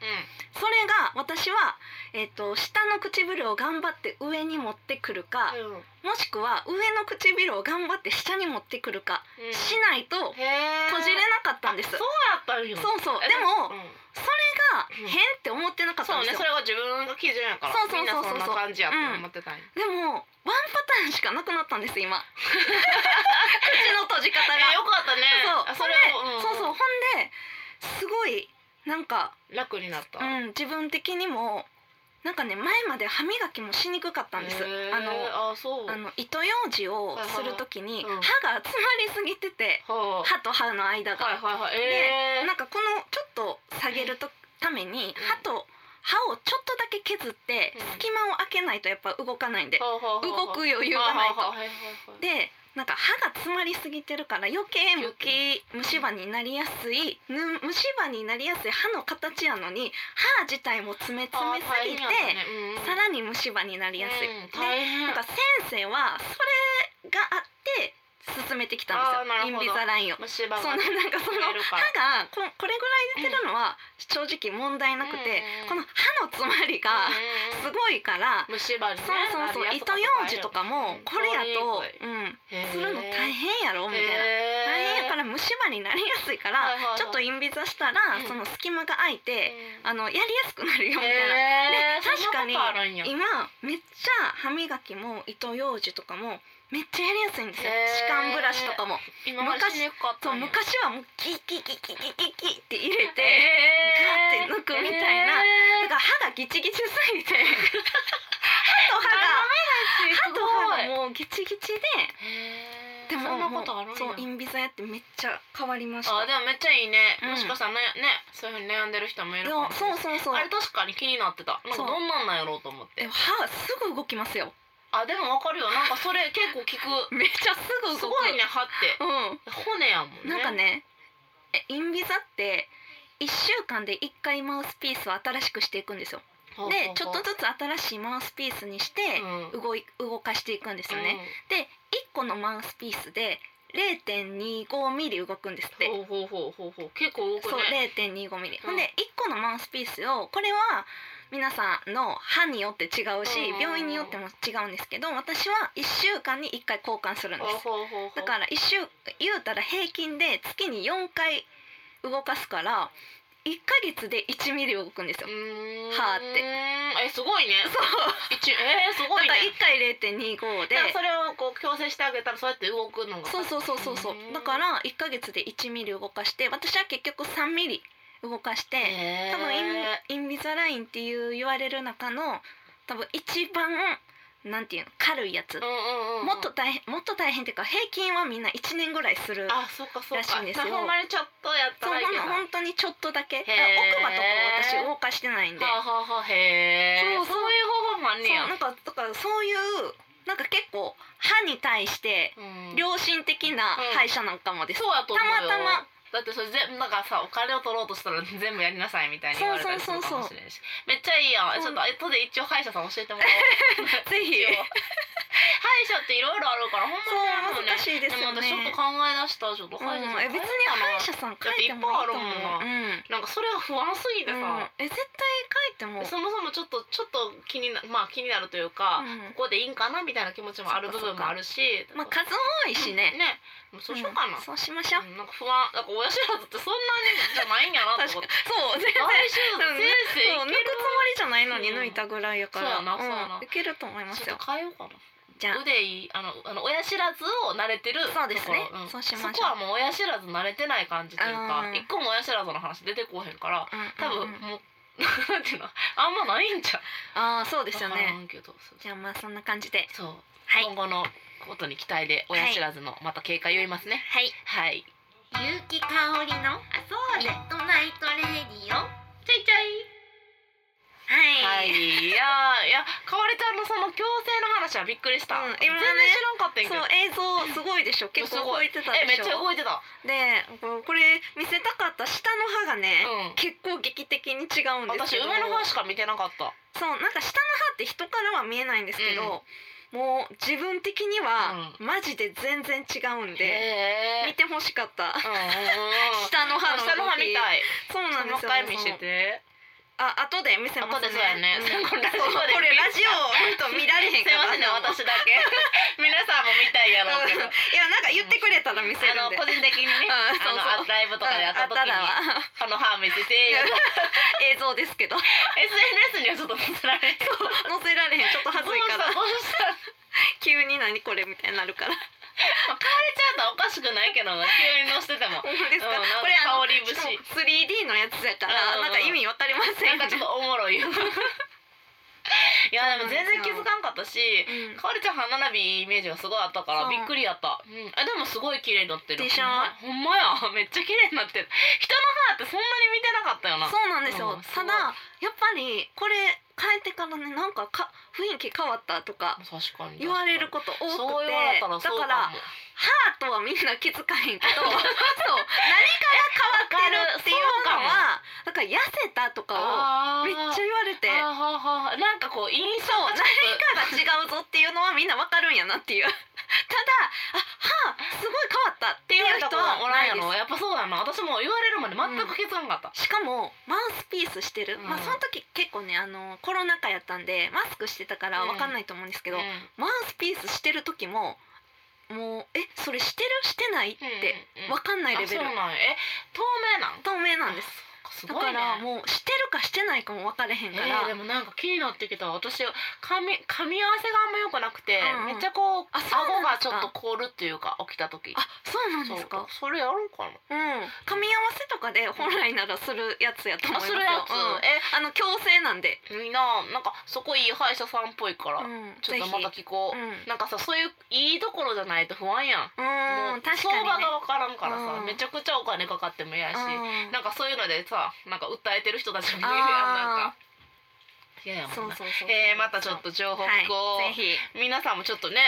Speaker 1: それが私は、えっと下の唇を頑張って上に持ってくるか、
Speaker 2: うんうん
Speaker 1: もしくは上の唇を頑張って下に持ってくるか
Speaker 2: うん
Speaker 1: しないと閉
Speaker 2: へー
Speaker 1: じれなかったんです、
Speaker 2: あそうやったんよ
Speaker 1: そうそう
Speaker 2: え
Speaker 1: でも
Speaker 2: うん
Speaker 1: それが変って思ってなかった
Speaker 2: そ
Speaker 1: ん
Speaker 2: う
Speaker 1: で
Speaker 2: ね
Speaker 1: すよ
Speaker 2: それは自分が基準やから
Speaker 1: そうそう
Speaker 2: みんな
Speaker 1: そうそう
Speaker 2: そんな感じやって思ってたんや
Speaker 1: でもワンパターンしかなくなったんです
Speaker 2: *laughs*
Speaker 1: 今口の閉じ方が、
Speaker 2: えよかったねあ
Speaker 1: そう
Speaker 2: それ
Speaker 1: ほんで、
Speaker 2: を
Speaker 1: そうそうほん
Speaker 2: ん
Speaker 1: ですごいなんか、
Speaker 2: 楽になった
Speaker 1: うん、自分的にもなんかね前まで歯磨きもしにくかったんです
Speaker 2: へー
Speaker 1: あの
Speaker 2: あそう
Speaker 1: あの糸ようじをするときに
Speaker 2: うん
Speaker 1: 歯が詰まりすぎてて
Speaker 2: は
Speaker 1: 歯と歯の間
Speaker 2: あはい
Speaker 1: が
Speaker 2: はいはいえー
Speaker 1: なんかこのちょっと下げるとために歯と歯をちょっとだけ削って
Speaker 2: うん
Speaker 1: 隙間を開けないとやっぱ動かないんで
Speaker 2: はあはあはあ
Speaker 1: 動く余裕がないと
Speaker 2: はあはあはいはいはい
Speaker 1: でなんか歯が詰まりすぎてるから余計むき虫歯になりやすいぬ虫歯になりやすい歯の形やのに歯自体も詰め詰めすぎて、さらに虫歯になりやすい。
Speaker 2: うん
Speaker 1: で
Speaker 2: 大変
Speaker 1: なんか先生はそれがあって進めてきたん
Speaker 2: あーな
Speaker 1: ですよイ
Speaker 2: るほ
Speaker 1: ン
Speaker 2: ど
Speaker 1: ビザラインを。
Speaker 2: 虫歯が
Speaker 1: そのなんかその
Speaker 2: 見える
Speaker 1: 歯
Speaker 2: から
Speaker 1: がここれぐらい出てるのは正直問題なくて、
Speaker 2: うん
Speaker 1: この歯の詰まりが
Speaker 2: うん
Speaker 1: すごいから、
Speaker 2: 虫歯にね
Speaker 1: そうそう
Speaker 2: な
Speaker 1: そう
Speaker 2: りやす
Speaker 1: 糸
Speaker 2: かった
Speaker 1: ようじとかもこれやと、うん、するの大
Speaker 2: 変
Speaker 1: 変やろみたいな。大変やから虫歯になりやすいか
Speaker 2: はい
Speaker 1: ら
Speaker 2: はいはい
Speaker 1: ちょっとインビザしたら
Speaker 2: うん
Speaker 1: その隙間が空いてあのやりやすくなるよみたいな
Speaker 2: へ
Speaker 1: で確かに
Speaker 2: そんなことあるんや
Speaker 1: 今めっちゃ歯磨きも糸ようじとかもめっちゃやりやすいんですよ
Speaker 2: へ
Speaker 1: 歯
Speaker 2: ー
Speaker 1: 間ブラシとかも
Speaker 2: 今までしにくかった
Speaker 1: そうん
Speaker 2: や
Speaker 1: 昔はもうキキキキキキキって入れて
Speaker 2: へー
Speaker 1: ガーって抜くみたいな
Speaker 2: へ
Speaker 1: だ
Speaker 2: ー
Speaker 1: から歯がギチギチすぎて歯と歯が歯と歯がもうギチギチで
Speaker 2: へー
Speaker 1: でも
Speaker 2: そんなことあるんや
Speaker 1: そうインビザやってめっちゃ変わりました
Speaker 2: あでもめっちゃいいね
Speaker 1: うん
Speaker 2: もしかしたらねねそういうふうに悩んでる人もいるか
Speaker 1: でも
Speaker 2: もしれ
Speaker 1: そ
Speaker 2: な
Speaker 1: う
Speaker 2: い
Speaker 1: そうそう
Speaker 2: あれ確かに気になってたなん
Speaker 1: そ
Speaker 2: か
Speaker 1: う
Speaker 2: どんなんなんやろうと思っ
Speaker 1: で
Speaker 2: て
Speaker 1: も歯すぐ動きますよ
Speaker 2: あでもわかるよなんかそれ結構聞く
Speaker 1: めっちゃすぐ動く
Speaker 2: すごいね歯って
Speaker 1: う
Speaker 2: 骨やも
Speaker 1: ん
Speaker 2: んね
Speaker 1: なんかねえインビザって1週間で1回マウスピースを新しくしていくんですよ
Speaker 2: ほうほうほう
Speaker 1: でちょっとずつ新しいマウスピースにして
Speaker 2: うん
Speaker 1: 動い動かしていくんですよね、で1個のマウスピースで0.25ミリ動くんですって
Speaker 2: うんほうほうほうほうほう結構動く
Speaker 1: そう
Speaker 2: ね
Speaker 1: 0.25ミリ、
Speaker 2: うん
Speaker 1: ほんで1個のマウスピースをこれは皆さんの歯によって違うし、
Speaker 2: うん
Speaker 1: 病院によっても違うんですけど私は1週間に1回交換するんで
Speaker 2: ほう
Speaker 1: す
Speaker 2: ほうほうほう
Speaker 1: だから1週言うたら平均で月に4回動かすから1ヶ月で1ミリ動くんですよ
Speaker 2: う、ーん
Speaker 1: 歯って
Speaker 2: えすごいね
Speaker 1: そう
Speaker 2: 一えーすご
Speaker 1: だ
Speaker 2: い
Speaker 1: から
Speaker 2: ね
Speaker 1: 1回0.25で
Speaker 2: だからそれをこう矯正してあげたらそうやって動くのが
Speaker 1: そうそうそうそうそう
Speaker 2: うん
Speaker 1: だから1ヶ月で1ミリ動かして私は結局3ミリ動かして、
Speaker 2: へー
Speaker 1: 多分インインビザラインっていう言われる中の多分一番なんていうの軽いやつ、
Speaker 2: うんうんうん
Speaker 1: もっと大変もっと大変っていうか平均はみんな1年ぐらいする
Speaker 2: あそうかそう
Speaker 1: らしい
Speaker 2: か
Speaker 1: んですよ
Speaker 2: まあほんまにちょっとやっ
Speaker 1: そ
Speaker 2: た
Speaker 1: うほ
Speaker 2: らいいけ
Speaker 1: ん
Speaker 2: ど
Speaker 1: の本当にちょっとだけだから
Speaker 2: へー
Speaker 1: 奥歯とか私動かしてないんで
Speaker 2: はあ、はあはあ、へえ
Speaker 1: そ
Speaker 2: そ
Speaker 1: そ
Speaker 2: ううそうういう方法もあん
Speaker 1: そう
Speaker 2: ねや
Speaker 1: なんかだからそういうなんか結構歯に対して
Speaker 2: うん
Speaker 1: 良心的な歯医者なんかもです、
Speaker 2: そうやと思うよ
Speaker 1: たまたま
Speaker 2: だってそれ全部なんかさお金を取ろうとしたら全部やりなさいみたいに言われたりするかもしれんしめっちゃいいやん、
Speaker 1: うん
Speaker 2: ちょっと後で一応歯医者さん教えてもらおう
Speaker 1: *laughs* ぜひ
Speaker 2: 一応歯医者っていろいろあるからほんま
Speaker 1: そう
Speaker 2: にあるよね
Speaker 1: 難しいですよね
Speaker 2: も私ちょっと考え出したらちょっ
Speaker 1: う
Speaker 2: と
Speaker 1: ん
Speaker 2: 歯医者さ
Speaker 1: え
Speaker 2: ん、
Speaker 1: 別に歯医者さん書いてもいいと思う
Speaker 2: だっていっぱいあ
Speaker 1: うん
Speaker 2: るもなんかそれが不安すぎ
Speaker 1: う
Speaker 2: て
Speaker 1: ん
Speaker 2: さ、、
Speaker 1: え絶対書いても
Speaker 2: そもそもちょっとちょっと気になまあ気になるというか、
Speaker 1: うん
Speaker 2: ここでいいんかなみたいな気持ちもある部分もあるし
Speaker 1: まあ数多いしね。
Speaker 2: ねもうそうしようかな、
Speaker 1: んそうしましょう。
Speaker 2: うんなんか不安なんか親知らずってそんなにじゃないんやなと
Speaker 1: 確か
Speaker 2: 思っ
Speaker 1: に
Speaker 2: て。
Speaker 1: そう全然。そう
Speaker 2: 来週の先
Speaker 1: 抜くつも
Speaker 2: 生
Speaker 1: り
Speaker 2: いける
Speaker 1: じゃないのに抜いたぐらいやから、
Speaker 2: うんそうやなそうやなん
Speaker 1: いけると思います
Speaker 2: ち
Speaker 1: よ
Speaker 2: ょっと。変えようかな
Speaker 1: じゃあ
Speaker 2: 腕いいあのあの親知らずを慣れてる
Speaker 1: そうですね
Speaker 2: ところん
Speaker 1: そうしましょう
Speaker 2: そこはもう親知らず慣れてない感じというか
Speaker 1: うん
Speaker 2: 一個も親知らずの話出てこうへんから多
Speaker 1: うんうん
Speaker 2: 分
Speaker 1: うん
Speaker 2: もうなんていうのあんまないんじゃ
Speaker 1: ああそうで
Speaker 2: です
Speaker 1: よね。
Speaker 2: けどそう
Speaker 1: じゃあまあそんな感じで、
Speaker 2: そう
Speaker 1: はい
Speaker 2: 今後のことに期待で親知らずのまた警戒を言いますね
Speaker 1: はい。
Speaker 2: はい
Speaker 1: ゆうきかおりのあそうね。トナイトレディオ。
Speaker 2: ちょいちょい
Speaker 1: は。
Speaker 2: はいい、いやーいやかわりちゃんのその矯正の話はびっくりした、
Speaker 1: うん
Speaker 2: 全
Speaker 1: 今
Speaker 2: 然
Speaker 1: ね
Speaker 2: 知らんかったんやけ
Speaker 1: そう映像す
Speaker 2: ど
Speaker 1: ごいでしょ。結構動いてた
Speaker 2: えめ
Speaker 1: でし
Speaker 2: っち
Speaker 1: ょ。
Speaker 2: ゃ動いてた
Speaker 1: でこうこれ見せたかった下の歯がね、
Speaker 2: うん
Speaker 1: 結構劇的に違うんです
Speaker 2: 私
Speaker 1: け
Speaker 2: 上
Speaker 1: ど。
Speaker 2: の歯しか見てなかった
Speaker 1: そうなんか下の歯って人からは見えないんですけど、もう自分的にはマジで全然違うんで、
Speaker 2: へ
Speaker 1: 見てほしかった
Speaker 2: うんうん
Speaker 1: *laughs*
Speaker 2: うん
Speaker 1: 下の歯の動き
Speaker 2: 下の歯みたい
Speaker 1: そうなんです
Speaker 2: 細
Speaker 1: よ
Speaker 2: かい見せて
Speaker 1: あ後で見せます
Speaker 2: 後でそうやね
Speaker 1: ん
Speaker 2: これラジオで
Speaker 1: これラジオ本当見られへん
Speaker 2: *laughs* す
Speaker 1: か
Speaker 2: い
Speaker 1: ら
Speaker 2: ませんね私だ
Speaker 1: *laughs*
Speaker 2: け皆さんも見たいやろうけ
Speaker 1: うん
Speaker 2: ど
Speaker 1: いやなんか言ってくれたら見せる
Speaker 2: あ
Speaker 1: ん
Speaker 2: の
Speaker 1: で
Speaker 2: 個人的にね
Speaker 1: うんそう
Speaker 2: あ
Speaker 1: そう
Speaker 2: のライブとかでやった時に
Speaker 1: うんあ
Speaker 2: あ
Speaker 1: らは
Speaker 2: の歯見せて *laughs*
Speaker 1: いや *laughs*
Speaker 2: SNS
Speaker 1: 映像ですけど載
Speaker 2: にはちょっと載せられてる
Speaker 1: せられへんちょっと恥ずいから
Speaker 2: どうしたどうした
Speaker 1: 急に何これみたいになるから
Speaker 2: まあかわりちゃんとはおかしくないけどな急に載せても
Speaker 1: ほんまですか、
Speaker 2: うんなんか
Speaker 1: これあの
Speaker 2: 香り
Speaker 1: し
Speaker 2: 節
Speaker 1: かも 3D のやつやか
Speaker 2: う
Speaker 1: ら
Speaker 2: んうんうん
Speaker 1: なんか意味わかりませ
Speaker 2: なん
Speaker 1: ん
Speaker 2: かちょっとおもろ
Speaker 1: *laughs*
Speaker 2: いよいやでも全然気づかんかったし
Speaker 1: うん
Speaker 2: かおりちゃん歯並びイメージがすごいあったから
Speaker 1: そう
Speaker 2: びっくりやった、うん、あでもすごい綺麗になってる
Speaker 1: でしょ
Speaker 2: ほんまほんまやめっ *laughs* ちゃ綺麗になってる人の歯ってそんなに見てなかったよな
Speaker 1: そうなんですよ、
Speaker 2: うんすご
Speaker 1: た
Speaker 2: い
Speaker 1: だやっぱりこれ変えてからねなんかか雰囲気変わったとか
Speaker 2: 確かに
Speaker 1: 言われること多くて
Speaker 2: そう言われたら
Speaker 1: だ
Speaker 2: そう
Speaker 1: か
Speaker 2: からも
Speaker 1: 歯とはみんな気づかへんけ
Speaker 2: *laughs*
Speaker 1: どそう何かが変わってるっていうの
Speaker 2: わ
Speaker 1: はだから痩せたとかを
Speaker 2: あー
Speaker 1: めっちゃ言われて
Speaker 2: あーはーはーなんかこう印象
Speaker 1: そう
Speaker 2: が
Speaker 1: 何
Speaker 2: ちょっ
Speaker 1: *laughs*
Speaker 2: と
Speaker 1: かが違うぞっていうのはみんなわかるんやなっていう *laughs* ただあ歯すごい変わったっていう
Speaker 2: 言われた
Speaker 1: 人
Speaker 2: ことは
Speaker 1: は
Speaker 2: おらん
Speaker 1: ない
Speaker 2: や
Speaker 1: です
Speaker 2: ろやっぱそうだな私も言われるまで全く気づかんかった、
Speaker 1: しかもマウスピースしてる、
Speaker 2: うん
Speaker 1: まあその時結構ねあのコロナ禍やったんでマスクしてたからわかんないと思うんですけど、
Speaker 2: うん
Speaker 1: マウスピースしてる時ももうえそれしてるしてないって
Speaker 2: うんうん
Speaker 1: わかんないレベル、
Speaker 2: あそうなんやえ透明なん
Speaker 1: 透明なんです
Speaker 2: あそう
Speaker 1: だ
Speaker 2: かすご
Speaker 1: か
Speaker 2: いね
Speaker 1: らもうしてるかしてないかも分かれへんから、
Speaker 2: えーでもなんか気になってきた私髪髪合わせがあんま良くなくて、
Speaker 1: うんうん
Speaker 2: めっちゃこう
Speaker 1: あそう
Speaker 2: 顎
Speaker 1: なん
Speaker 2: が
Speaker 1: です
Speaker 2: ちょ
Speaker 1: か
Speaker 2: っと凍るっていうか起きた時
Speaker 1: あそうなんですか
Speaker 2: そうそれやろうかな
Speaker 1: うん噛み合わせとかで本来ならするやつやと思いま
Speaker 2: あ
Speaker 1: す
Speaker 2: す
Speaker 1: よ
Speaker 2: るやつ、
Speaker 1: うん
Speaker 2: え
Speaker 1: あの強制なんで、
Speaker 2: みんななんかそこいい歯医者さんっぽいから、
Speaker 1: うん、
Speaker 2: ちょっとまた
Speaker 1: ぜ
Speaker 2: 聞こ
Speaker 1: ひう
Speaker 2: う、
Speaker 1: ん、
Speaker 2: なんかさそういういいところじゃないと不安やん、
Speaker 1: うん、確か
Speaker 2: 相場
Speaker 1: にね
Speaker 2: が分からんからさ、
Speaker 1: うん
Speaker 2: めちゃくちゃお金かかっても嫌やし、
Speaker 1: うん
Speaker 2: なんかそういうのでさなんか訴えてる人たちもいるやんなん
Speaker 1: あ
Speaker 2: か嫌や
Speaker 1: ー
Speaker 2: も
Speaker 1: そ
Speaker 2: ん
Speaker 1: う
Speaker 2: な
Speaker 1: そうそう
Speaker 2: えー、またちょっと情報聞こ
Speaker 1: はい、
Speaker 2: う、
Speaker 1: ぜ
Speaker 2: 皆さんもちょっと
Speaker 1: *laughs*
Speaker 2: ね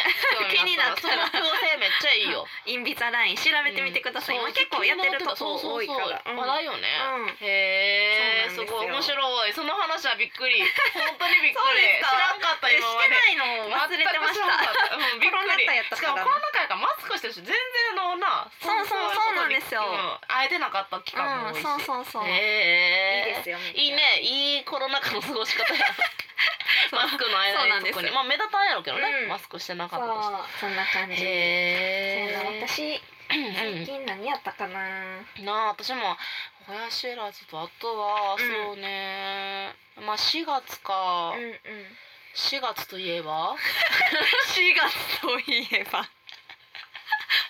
Speaker 1: 気になったら
Speaker 2: その矯正めっちゃいい
Speaker 1: *laughs*
Speaker 2: よ
Speaker 1: ひインビザライン調べてみてください、
Speaker 2: うん
Speaker 1: 今結構やってると
Speaker 2: そう
Speaker 1: こ
Speaker 2: そうそう
Speaker 1: 多いから
Speaker 2: そ
Speaker 1: う
Speaker 2: う
Speaker 1: ん
Speaker 2: 話題よね、
Speaker 1: うん
Speaker 2: へえ
Speaker 1: そ
Speaker 2: す
Speaker 1: う
Speaker 2: ごい
Speaker 1: なん
Speaker 2: 面
Speaker 1: ですよ
Speaker 2: 白いその話はびっく
Speaker 1: *laughs*
Speaker 2: り本当にびっく
Speaker 1: そう
Speaker 2: り
Speaker 1: です
Speaker 2: 知
Speaker 1: から
Speaker 2: んかった
Speaker 1: え
Speaker 2: 今まで
Speaker 1: してないのを忘れてました
Speaker 2: 全く知らんかったうん、びっくり
Speaker 1: コロナ禍やった
Speaker 2: し
Speaker 1: か
Speaker 2: からもコロナ禍やからマスクしてるし全然あのな
Speaker 1: そうそうそうなんですよ
Speaker 2: うん会えてなかった期間も多いし、
Speaker 1: うん、そうそうそう、
Speaker 2: へえ
Speaker 1: いいですよめっちゃ
Speaker 2: いいねいいコロナ禍の過ごし方
Speaker 1: *laughs*
Speaker 2: やマスクの
Speaker 1: そうな
Speaker 2: 間
Speaker 1: ん
Speaker 2: に
Speaker 1: です
Speaker 2: 特にまあ目立たんやろうけどね、
Speaker 1: うん
Speaker 2: マスクしてな
Speaker 1: そ
Speaker 2: か
Speaker 1: う
Speaker 2: ったとして
Speaker 1: そんな感じ
Speaker 2: へえ
Speaker 1: そうなん私最
Speaker 2: う
Speaker 1: 近何やったかな、
Speaker 2: ん、なあ私ももやしらずとあとは、
Speaker 1: うん
Speaker 2: そうねまあ4月か、
Speaker 1: うんうん、4
Speaker 2: 4月といえ
Speaker 1: *laughs*
Speaker 2: ば
Speaker 1: 月といえば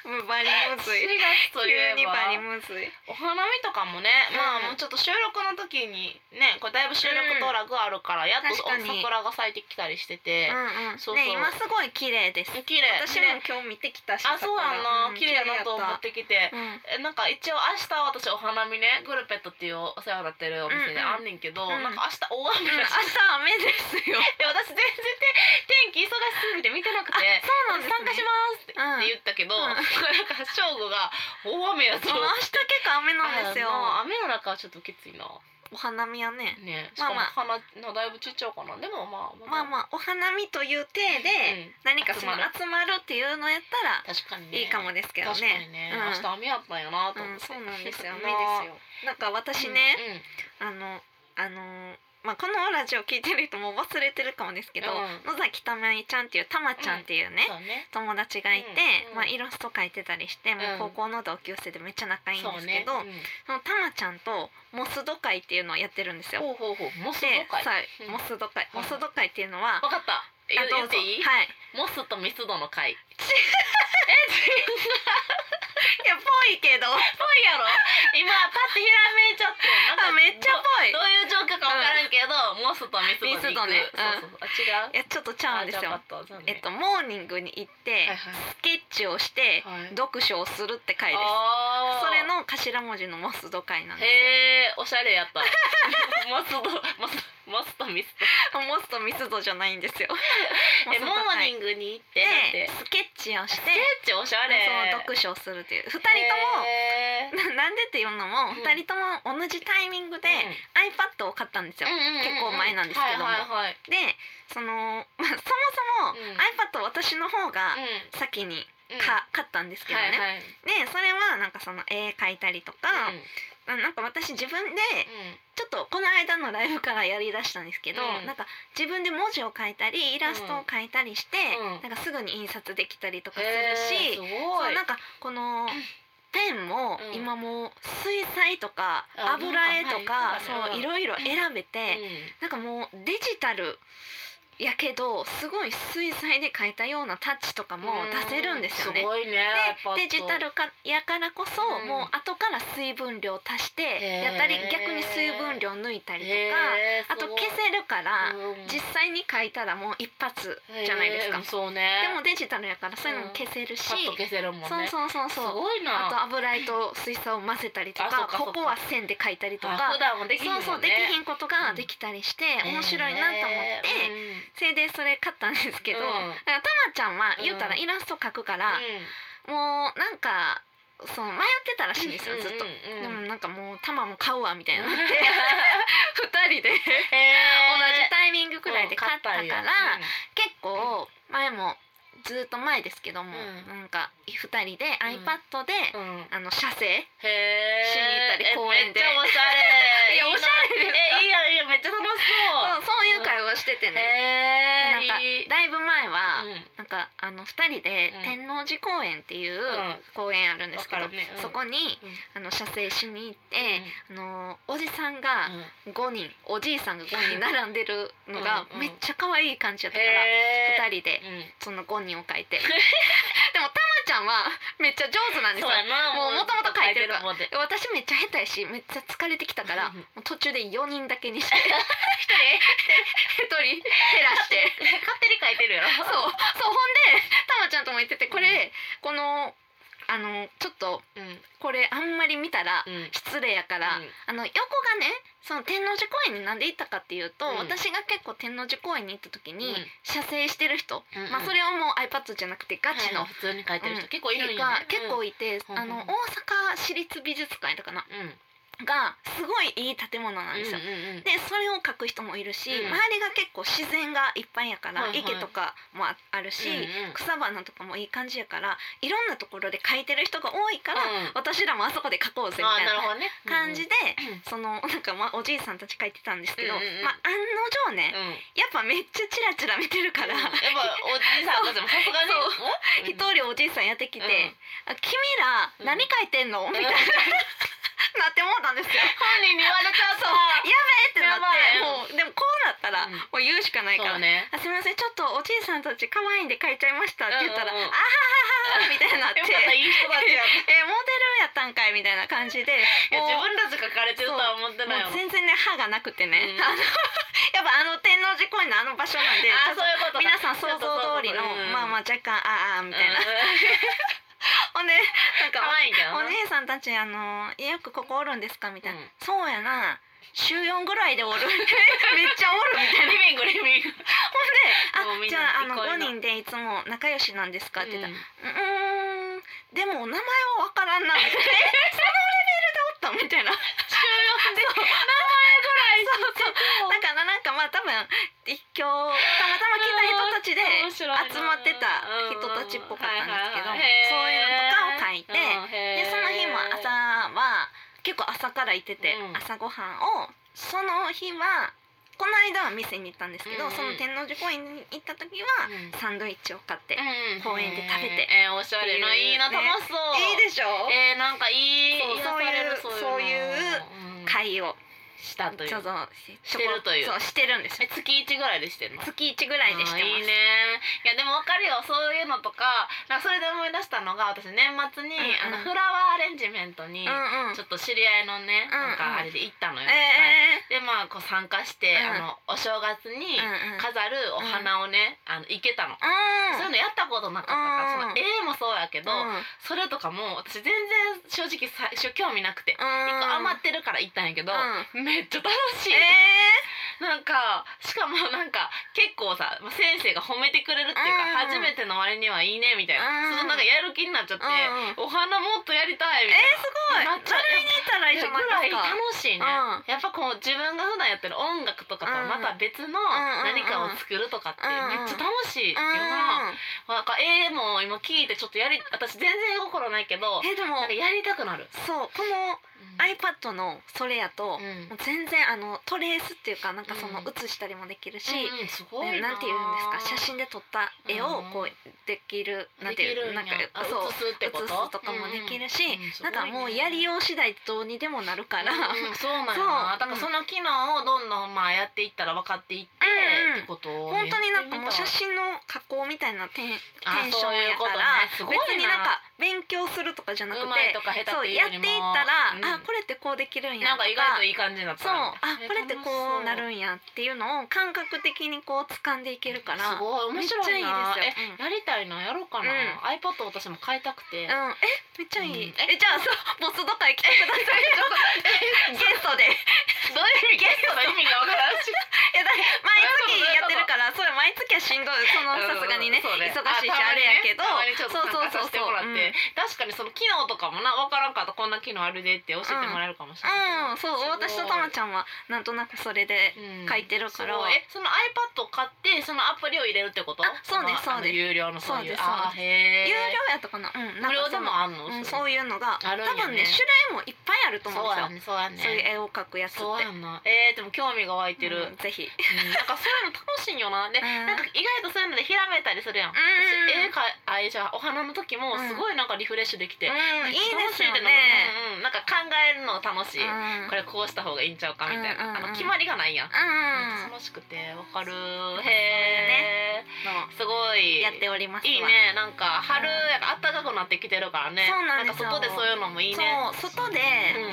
Speaker 1: うんバリム
Speaker 2: 4
Speaker 1: ズい
Speaker 2: 月とい
Speaker 1: 急
Speaker 2: え
Speaker 1: にバリ
Speaker 2: ば
Speaker 1: ムズい
Speaker 2: お花見とかもね、
Speaker 1: うん
Speaker 2: まあもうちょっと収録の時にねこれだいぶ収録とラグあるから、やっと
Speaker 1: 確かに
Speaker 2: 桜が咲いてきたりしてて
Speaker 1: う、んうん
Speaker 2: そうそう
Speaker 1: ね今すごい綺麗です
Speaker 2: 綺麗
Speaker 1: 私も
Speaker 2: ね
Speaker 1: 今日見てきたし
Speaker 2: あそうやんな、
Speaker 1: ん
Speaker 2: 綺麗やなと思ってきて
Speaker 1: 綺麗やっ
Speaker 2: えなんか一応明日私お花見ねグルペットっていうお世話になってるお店
Speaker 1: うんう
Speaker 2: で
Speaker 1: ん
Speaker 2: あんねんけど、
Speaker 1: うん
Speaker 2: なんか明日大
Speaker 1: たう
Speaker 2: 雨
Speaker 1: ん、うん、
Speaker 2: らしい
Speaker 1: 朝雨です
Speaker 2: *laughs*
Speaker 1: よ
Speaker 2: で私全然て天気忙しすぎて見てなくて「
Speaker 1: *laughs* そうなんです、ね、
Speaker 2: 参加します」って
Speaker 1: うん
Speaker 2: 言ったけど、
Speaker 1: うん
Speaker 2: *laughs* なんか正午が「大雨やぞ」
Speaker 1: そう明日結構雨なんですよ
Speaker 2: あ雨の中はちょっときついな
Speaker 1: お花見はね
Speaker 2: ねし
Speaker 1: ま
Speaker 2: か
Speaker 1: あ
Speaker 2: も
Speaker 1: まあ
Speaker 2: 花のだいぶちっちゃいかなでもまあ
Speaker 1: まあまあお花見という体で、
Speaker 2: うん
Speaker 1: 何かその
Speaker 2: 集まる
Speaker 1: 集まるっていうのやったら
Speaker 2: 確かにね
Speaker 1: いいかもですけどね
Speaker 2: 確かにね、
Speaker 1: うん
Speaker 2: 明日雨やったんやなと思
Speaker 1: う
Speaker 2: っ
Speaker 1: ん、
Speaker 2: て、
Speaker 1: そうなんですよ
Speaker 2: *laughs* な
Speaker 1: 雨ですよなんか私ね、あのあのーまあこのラジオ聞いてる人も忘れてるかもですけど、
Speaker 2: う
Speaker 1: 野崎たまいちゃんっていうたまちゃんっていうね、
Speaker 2: うんうんそうね
Speaker 1: 友達がいて、
Speaker 2: うんうん
Speaker 1: まあ、イラスト描いてたりしてもううん高校の同級生でめっちゃ仲いいんで
Speaker 2: そう
Speaker 1: す
Speaker 2: ね
Speaker 1: けどそ,、
Speaker 2: うん
Speaker 1: のたまちゃんとモスド会っていうのをやってるんですよ。
Speaker 2: ほうほうほうモス
Speaker 1: で
Speaker 2: ド会
Speaker 1: さ
Speaker 2: うん
Speaker 1: モスド会、
Speaker 2: うん
Speaker 1: モスド会っていうのは、
Speaker 2: わかった言
Speaker 1: あどう
Speaker 2: 言
Speaker 1: ぞ
Speaker 2: っていい、
Speaker 1: はい
Speaker 2: モスとミスドの会
Speaker 1: いやぽいけどあ
Speaker 2: ぽいやろ今パッてひらめい
Speaker 1: *laughs*
Speaker 2: ちゃってなんか
Speaker 1: めっちゃぽい
Speaker 2: どういう状況かわからんけど、モスとミスドに行く
Speaker 1: ミスドね
Speaker 2: そうそうそうあ違う
Speaker 1: いやちょっとちゃうんですよ
Speaker 2: あじゃあ分かった残
Speaker 1: え
Speaker 2: 念
Speaker 1: っとモーニングに行って、
Speaker 2: はいはい
Speaker 1: スケッチをして、
Speaker 2: はい
Speaker 1: 読書をするって回です
Speaker 2: あー
Speaker 1: それの頭文字のモスド会なんです *laughs*
Speaker 2: へえおしゃれやったモスドモスマスタミス
Speaker 1: モスとミスドじゃないんですよ
Speaker 2: タ *laughs* えモーニングに行ってだって
Speaker 1: でスケッチをして
Speaker 2: スケッチおしゃれ
Speaker 1: そう読書をするっていう二人と
Speaker 2: へー
Speaker 1: もななんでっていうのも
Speaker 2: うん
Speaker 1: 二人とも同じタイミングで iPad を買ったんですよ。結構前なんですけども
Speaker 2: はいはいはい
Speaker 1: でその、 *laughs* まあ、そもそも
Speaker 2: うん
Speaker 1: iPad を私の方が
Speaker 2: う
Speaker 1: 先に
Speaker 2: んうん
Speaker 1: か買ったんですけど
Speaker 2: はい
Speaker 1: ね。
Speaker 2: はい
Speaker 1: でそれはなんかその絵描いたりとか、
Speaker 2: うん
Speaker 1: あなんか私自分でちょっとこの間のライブからやりだしたんですけど、
Speaker 2: うん
Speaker 1: なんか自分で文字を書いたりイラストを書いたりして、
Speaker 2: うん
Speaker 1: なんかすぐに印刷できたりとかする
Speaker 2: へー
Speaker 1: し、
Speaker 2: すごい
Speaker 1: そうなんかこのペンも
Speaker 2: うん
Speaker 1: 今もう水彩とか
Speaker 2: あ
Speaker 1: 油絵と
Speaker 2: な
Speaker 1: か
Speaker 2: んかはい
Speaker 1: そう
Speaker 2: うん
Speaker 1: いろいろ選べて、
Speaker 2: う
Speaker 1: なんかもうデジタルやけどすごい水彩で描いたようなタッチとかも
Speaker 2: ん
Speaker 1: 出せるんですよね
Speaker 2: す。ごいね
Speaker 1: で
Speaker 2: iPad
Speaker 1: デジタル化やからこそ、
Speaker 2: うん
Speaker 1: もう後から水分量足して
Speaker 2: へー
Speaker 1: やったり逆に水分量抜いたりと
Speaker 2: へー
Speaker 1: かあと
Speaker 2: すごい
Speaker 1: 消せるから
Speaker 2: うん
Speaker 1: 実際に書いたらもう一発じゃないですか、
Speaker 2: へーそうね
Speaker 1: でもデジタルやからそういうのも消せるし、
Speaker 2: パッと消せるもん
Speaker 1: そう
Speaker 2: ね
Speaker 1: そうそう
Speaker 2: す
Speaker 1: そう
Speaker 2: ごい
Speaker 1: あと
Speaker 2: な
Speaker 1: 油絵と水槽を混ぜたりとか
Speaker 2: あそうかそう
Speaker 1: ここ
Speaker 2: か
Speaker 1: は線で書いたりと
Speaker 2: あ
Speaker 1: か
Speaker 2: 普段もできひんもんね
Speaker 1: そうそうできひんことができたりして、面白いなと思って。それでそれ買ったんですけど、
Speaker 2: うん
Speaker 1: だからたまちゃんは言うたら
Speaker 2: うん
Speaker 1: イラスト描くから、もうなんかその迷ってたらしいんですよずっと。でもなんかもう玉も買うわみたいにな
Speaker 2: *laughs*
Speaker 1: って二人 *laughs* で同じタイミングくらいで買ったから結構前もずっと前ですけども
Speaker 2: うん
Speaker 1: なんか二人で iPad で
Speaker 2: うん
Speaker 1: あの写生
Speaker 2: へえ
Speaker 1: しに行ったり公園で
Speaker 2: めっちゃおしゃれ
Speaker 1: いやおしゃれですよ
Speaker 2: えいいやいやめっちゃ楽し
Speaker 1: そうそういう会話してて
Speaker 2: そうへ
Speaker 1: ねなんか
Speaker 2: え
Speaker 1: だいぶ前は
Speaker 2: うん
Speaker 1: なんかあの二人で
Speaker 2: うん
Speaker 1: 天王寺公園っていう
Speaker 2: うん
Speaker 1: 公園あるんですけど
Speaker 2: わかるねうん
Speaker 1: そこに
Speaker 2: うん
Speaker 1: あの写生しに行ってあのおじさんが
Speaker 2: うん
Speaker 1: 5人おじいさんが5人並んでるのが
Speaker 2: うんうん
Speaker 1: めっちゃ可愛い感じやったから
Speaker 2: へー
Speaker 1: 2人で
Speaker 2: うん
Speaker 1: その5人を描いて *laughs* でもたまちゃんはめっちゃ上手なんです
Speaker 2: そ
Speaker 1: よ
Speaker 2: うやな
Speaker 1: もう元々書いてるから
Speaker 2: も
Speaker 1: *laughs*
Speaker 2: んで
Speaker 1: 私めっちゃ下手やしめっちゃ疲れてきたから
Speaker 2: うん
Speaker 1: もう途中で4人だけにして
Speaker 2: *laughs*
Speaker 1: 1人1人減らして
Speaker 2: 勝手に書いてるやろ
Speaker 1: そうそうほんでたまちゃんとも言っててこれこのあのちょっと
Speaker 2: うん
Speaker 1: これあんまり見たら
Speaker 2: うん
Speaker 1: 失礼やから、
Speaker 2: うん
Speaker 1: あの横がねその天王寺公園になんで行ったかっていうと、
Speaker 2: うん
Speaker 1: 私が結構天王寺公園に行った時に、
Speaker 2: うん
Speaker 1: 写生してる人、
Speaker 2: うんうん
Speaker 1: まあ、それはもう iPad じゃなくてガチの、
Speaker 2: はいはい普通に書いてる
Speaker 1: う
Speaker 2: 人
Speaker 1: ん
Speaker 2: 結構いるんやね
Speaker 1: が結構いて、
Speaker 2: うん
Speaker 1: あの
Speaker 2: うん
Speaker 1: 大阪市立美術館だかな
Speaker 2: うんうん
Speaker 1: がすごいいい建物なんですよ。
Speaker 2: うんうんうん
Speaker 1: でそれを描く人もいるし、
Speaker 2: うん
Speaker 1: 周りが結構自然がいっぱいやから、
Speaker 2: はいはい
Speaker 1: 池とかもああるし、
Speaker 2: うんうん
Speaker 1: 草花とかもいい感じやからいろんなところで描いてる人が多いから、
Speaker 2: うん
Speaker 1: 私らもあそこで描こうぜみ
Speaker 2: あ
Speaker 1: た
Speaker 2: ー
Speaker 1: い
Speaker 2: な
Speaker 1: な
Speaker 2: るほどね
Speaker 1: 感じ
Speaker 2: で
Speaker 1: で、そのなんかまあおじいさんたち書いてたんですけど、
Speaker 2: うんうんうん
Speaker 1: まあ案の定ね、やっぱめっちゃチラチラ見てるか
Speaker 2: やっ
Speaker 1: ら、
Speaker 2: ぱおじいさんたちもさすがに
Speaker 1: そう一
Speaker 2: うん
Speaker 1: 人おじいさんやってきて「
Speaker 2: うん
Speaker 1: あ君ら
Speaker 2: うん
Speaker 1: 何書いてんの?」みたいな、 *laughs*
Speaker 2: うん
Speaker 1: なって思ったんですよ。
Speaker 2: *laughs* 本人に言われちゃった
Speaker 1: そうやべえってなって
Speaker 2: やばい
Speaker 1: もうでもこうなったら
Speaker 2: うん
Speaker 1: もう言うしかないから。
Speaker 2: そうね
Speaker 1: あすみませんちょっとおじいさんたち可愛いんで書いちゃいましたって言ったら「
Speaker 2: うんうんうん
Speaker 1: あはははは」みたいになって「えモ
Speaker 2: よかった
Speaker 1: デル
Speaker 2: いい人た *laughs* ちや
Speaker 1: *laughs*
Speaker 2: った
Speaker 1: やったんかい」みたいな感じで
Speaker 2: いや
Speaker 1: もう
Speaker 2: 自分たち書かれてるとは思ってない
Speaker 1: も
Speaker 2: わ
Speaker 1: う全然ね歯がなくてね、
Speaker 2: うん
Speaker 1: あの *laughs* やっぱあの天王寺公園のあの場所なんで
Speaker 2: あー
Speaker 1: ちょ
Speaker 2: そう
Speaker 1: っ
Speaker 2: いうこと
Speaker 1: と
Speaker 2: だ
Speaker 1: 皆さん想像通りの
Speaker 2: そうそうそううん
Speaker 1: まあまあ若干あーあーみたいな、
Speaker 2: うん
Speaker 1: *laughs* ほんでなんか
Speaker 2: 可愛いけど
Speaker 1: お
Speaker 2: な
Speaker 1: 姉さんたちあの「よくここおるんですか?」みたいな、
Speaker 2: うん
Speaker 1: そうやな週4ぐらいでおる *laughs* めっちゃおるみたいな
Speaker 2: *laughs* リビングリビングも
Speaker 1: ほで「あ
Speaker 2: うんみん
Speaker 1: じ
Speaker 2: な
Speaker 1: ゃああの
Speaker 2: 憩
Speaker 1: 5
Speaker 2: いの
Speaker 1: 人でいつも仲良しなんですか?」って言ったら
Speaker 2: う
Speaker 1: うー
Speaker 2: ん
Speaker 1: んでもお名前はわからんなみたいな *laughs* えそのレベルでおったみ
Speaker 2: *laughs*
Speaker 1: たいな
Speaker 2: 14で名前ぐらいそうそう
Speaker 1: だからなんかまあ多分一興たまたま来た人たちで
Speaker 2: 面
Speaker 1: 集
Speaker 2: 白いな
Speaker 1: まってた人たちっぽかったんですけど
Speaker 2: うんう
Speaker 1: そういうのとかを書い
Speaker 2: んうん
Speaker 1: て
Speaker 2: へ
Speaker 1: で
Speaker 2: ー
Speaker 1: その日も朝は結構朝から行ってて
Speaker 2: うん
Speaker 1: 朝ごはんをその日はこの間は店に行ったんですけ
Speaker 2: うん
Speaker 1: ど
Speaker 2: うん
Speaker 1: その天王寺公園に行った時
Speaker 2: う
Speaker 1: は
Speaker 2: ん
Speaker 1: サンドイッチを買ってい
Speaker 2: うん
Speaker 1: 公園で食べて
Speaker 2: えー、おしゃれな、
Speaker 1: っていうね
Speaker 2: いいな楽しそう
Speaker 1: いでしょ
Speaker 2: えー、なんかいい
Speaker 1: そう
Speaker 2: 癒される
Speaker 1: そういう
Speaker 2: そういうの
Speaker 1: 会を
Speaker 2: したという
Speaker 1: ちょっと
Speaker 2: してるという
Speaker 1: そうしてるんです
Speaker 2: え
Speaker 1: よ
Speaker 2: 月1ぐらいでしてんの
Speaker 1: 月1ぐらいでして
Speaker 2: あ
Speaker 1: ま
Speaker 2: ーいい
Speaker 1: す
Speaker 2: ねいやでも分かるよそういうのとかなんかそれで思い出したのが私年末
Speaker 1: う
Speaker 2: に、
Speaker 1: んうん
Speaker 2: あのフラワーアレンジメントに、
Speaker 1: うんうん
Speaker 2: ちょっと知り合いのね、
Speaker 1: うんうん
Speaker 2: なんかあれで行ったのよ、
Speaker 1: え
Speaker 2: でまあこう参加して、
Speaker 1: うん
Speaker 2: あのお正月
Speaker 1: えう
Speaker 2: に
Speaker 1: んうん
Speaker 2: 飾るお花をね、あの生けたの、
Speaker 1: うん
Speaker 2: そういうのやったことなか
Speaker 1: う
Speaker 2: ったから、
Speaker 1: ん
Speaker 2: その絵もそうやけど、
Speaker 1: うん
Speaker 2: それとかも私全然正直最初興味なくて、一個
Speaker 1: 余
Speaker 2: 余ってるから行ったんやけど、めっちゃ楽しい、
Speaker 1: え
Speaker 2: なんかしかもなんか結構さまあ先生が褒めてくれるっていう
Speaker 1: う
Speaker 2: か、
Speaker 1: ん
Speaker 2: 初めての割にはいいねみたいな、
Speaker 1: うん
Speaker 2: そのなんかやる気になっちゃって、
Speaker 1: うん
Speaker 2: お花もっとやりたい
Speaker 1: え
Speaker 2: みたいな。な
Speaker 1: ー
Speaker 2: っ
Speaker 1: す
Speaker 2: ちゃ
Speaker 1: ご
Speaker 2: う
Speaker 1: い習いに行ったらいいじゃ
Speaker 2: ぐ
Speaker 1: な
Speaker 2: ら
Speaker 1: い
Speaker 2: い
Speaker 1: ですか
Speaker 2: 楽しいね、
Speaker 1: うん
Speaker 2: やっぱこう自分が普段やってる音楽とかとはまた別の
Speaker 1: うん
Speaker 2: 何かを作るとかっ
Speaker 1: う
Speaker 2: て
Speaker 1: ん
Speaker 2: めっちゃ楽しいっていう
Speaker 1: う
Speaker 2: の
Speaker 1: ん
Speaker 2: は、なんかええもう今聞いてちょっとやり私全然絵心ないけど
Speaker 1: えでも
Speaker 2: なんかやりたくなる、
Speaker 1: そうこの iPad のそれやと、
Speaker 2: うん
Speaker 1: もう全然あのトレースっていうかなんかその
Speaker 2: うん
Speaker 1: 写したりもできるし、
Speaker 2: うんうんすごい
Speaker 1: ねなんていうんですか写
Speaker 2: 真
Speaker 1: 真で撮った絵を
Speaker 2: うん
Speaker 1: こうできる、なんて
Speaker 2: でき
Speaker 1: い
Speaker 2: る
Speaker 1: うんなんか
Speaker 2: やあ
Speaker 1: そう
Speaker 2: 写すってこと
Speaker 1: 写すとかもできるしなんかもうやり
Speaker 2: よ
Speaker 1: よう次第どうにでもなるから、
Speaker 2: うんうんそうなんや
Speaker 1: そ
Speaker 2: な
Speaker 1: う
Speaker 2: だからその機能をどんどんまあやっていったら分かっていって
Speaker 1: うんうん
Speaker 2: ってことを
Speaker 1: 本当になんかもう写
Speaker 2: 真
Speaker 1: 真の加工みたいなテンテ
Speaker 2: あ
Speaker 1: ンションやから、
Speaker 2: そういうことねすご
Speaker 1: 別に
Speaker 2: いな
Speaker 1: なんか勉強するとかじゃなくて
Speaker 2: うまいとか下
Speaker 1: そう
Speaker 2: 手っていう
Speaker 1: や
Speaker 2: よ
Speaker 1: っていっ
Speaker 2: りも
Speaker 1: たら、
Speaker 2: うん
Speaker 1: あこれってこうできるんや
Speaker 2: なん
Speaker 1: とか
Speaker 2: か意外といい感じになっ
Speaker 1: そ
Speaker 2: た
Speaker 1: うあ
Speaker 2: な
Speaker 1: これってこうなるんやっていうのを感覚的にこう掴んでいけるから
Speaker 2: すごい面白い
Speaker 1: めっ
Speaker 2: な
Speaker 1: ちゃいいですよ
Speaker 2: えやりたいなやろうか
Speaker 1: う
Speaker 2: な、
Speaker 1: ん
Speaker 2: iPad 私も買いたくて、
Speaker 1: うん、えめっちゃいい、
Speaker 2: うん
Speaker 1: えじゃあそうボスド会来てくださいゲスト
Speaker 2: *laughs*
Speaker 1: で
Speaker 2: どういう意味ゲストの意味が分からんし
Speaker 1: いやだ毎月やってるからそれ毎月はしんどいそのさすがにね
Speaker 2: そう
Speaker 1: 忙しいしあれやけど
Speaker 2: たまにねたまにちょっと参加
Speaker 1: そうそうそうそう
Speaker 2: させてもらって、
Speaker 1: うん
Speaker 2: 確かにその機能とかもな分からんかったこんな機能あるでって教えてもらえるかもしれない、
Speaker 1: うんそう私とたまちゃんはなんとなくそれで
Speaker 2: うん
Speaker 1: 書いてるから
Speaker 2: すごいえその iPad を買ってそのアプリを入れるってこと
Speaker 1: あそうですそう
Speaker 2: の
Speaker 1: です
Speaker 2: あの有料のそういう
Speaker 1: そうです
Speaker 2: あーへ
Speaker 1: 有
Speaker 2: ー
Speaker 1: 料やったかなうんなん
Speaker 2: 無
Speaker 1: か
Speaker 2: 料
Speaker 1: そ
Speaker 2: で
Speaker 1: の
Speaker 2: もあんの、
Speaker 1: うん、
Speaker 2: そ
Speaker 1: そういうのが
Speaker 2: あるんやね
Speaker 1: 多分ね種類もいっぱいあると思うん
Speaker 2: う
Speaker 1: ですよ
Speaker 2: やねそうやね
Speaker 1: そういう絵を描くやつって
Speaker 2: そうやんなえー、でも興味が湧いてる、
Speaker 1: うんぜひ
Speaker 2: うんなんかそういうの楽しいよなで、
Speaker 1: うん
Speaker 2: なんか意外とそういうのでひらめいたりするやん、
Speaker 1: うんうんうん
Speaker 2: 私絵かあいじゃあお花の時もすごいなんかリフレッシュできて、
Speaker 1: うんいいですよ
Speaker 2: 楽しってなんか
Speaker 1: ね
Speaker 2: うんうん、なんか考えるの楽しい、
Speaker 1: うん
Speaker 2: これこうした方がいいんちゃうかみたいな、
Speaker 1: うんうんうん
Speaker 2: あの決まりがないやん、
Speaker 1: うん
Speaker 2: 楽しくてわかる
Speaker 1: う
Speaker 2: へえ、
Speaker 1: の
Speaker 2: すごい
Speaker 1: やっておりますわ
Speaker 2: いいねなんか春やから暖かくなってきてるからね
Speaker 1: そうなんですよ
Speaker 2: か外でそういうのもいいね
Speaker 1: そう外で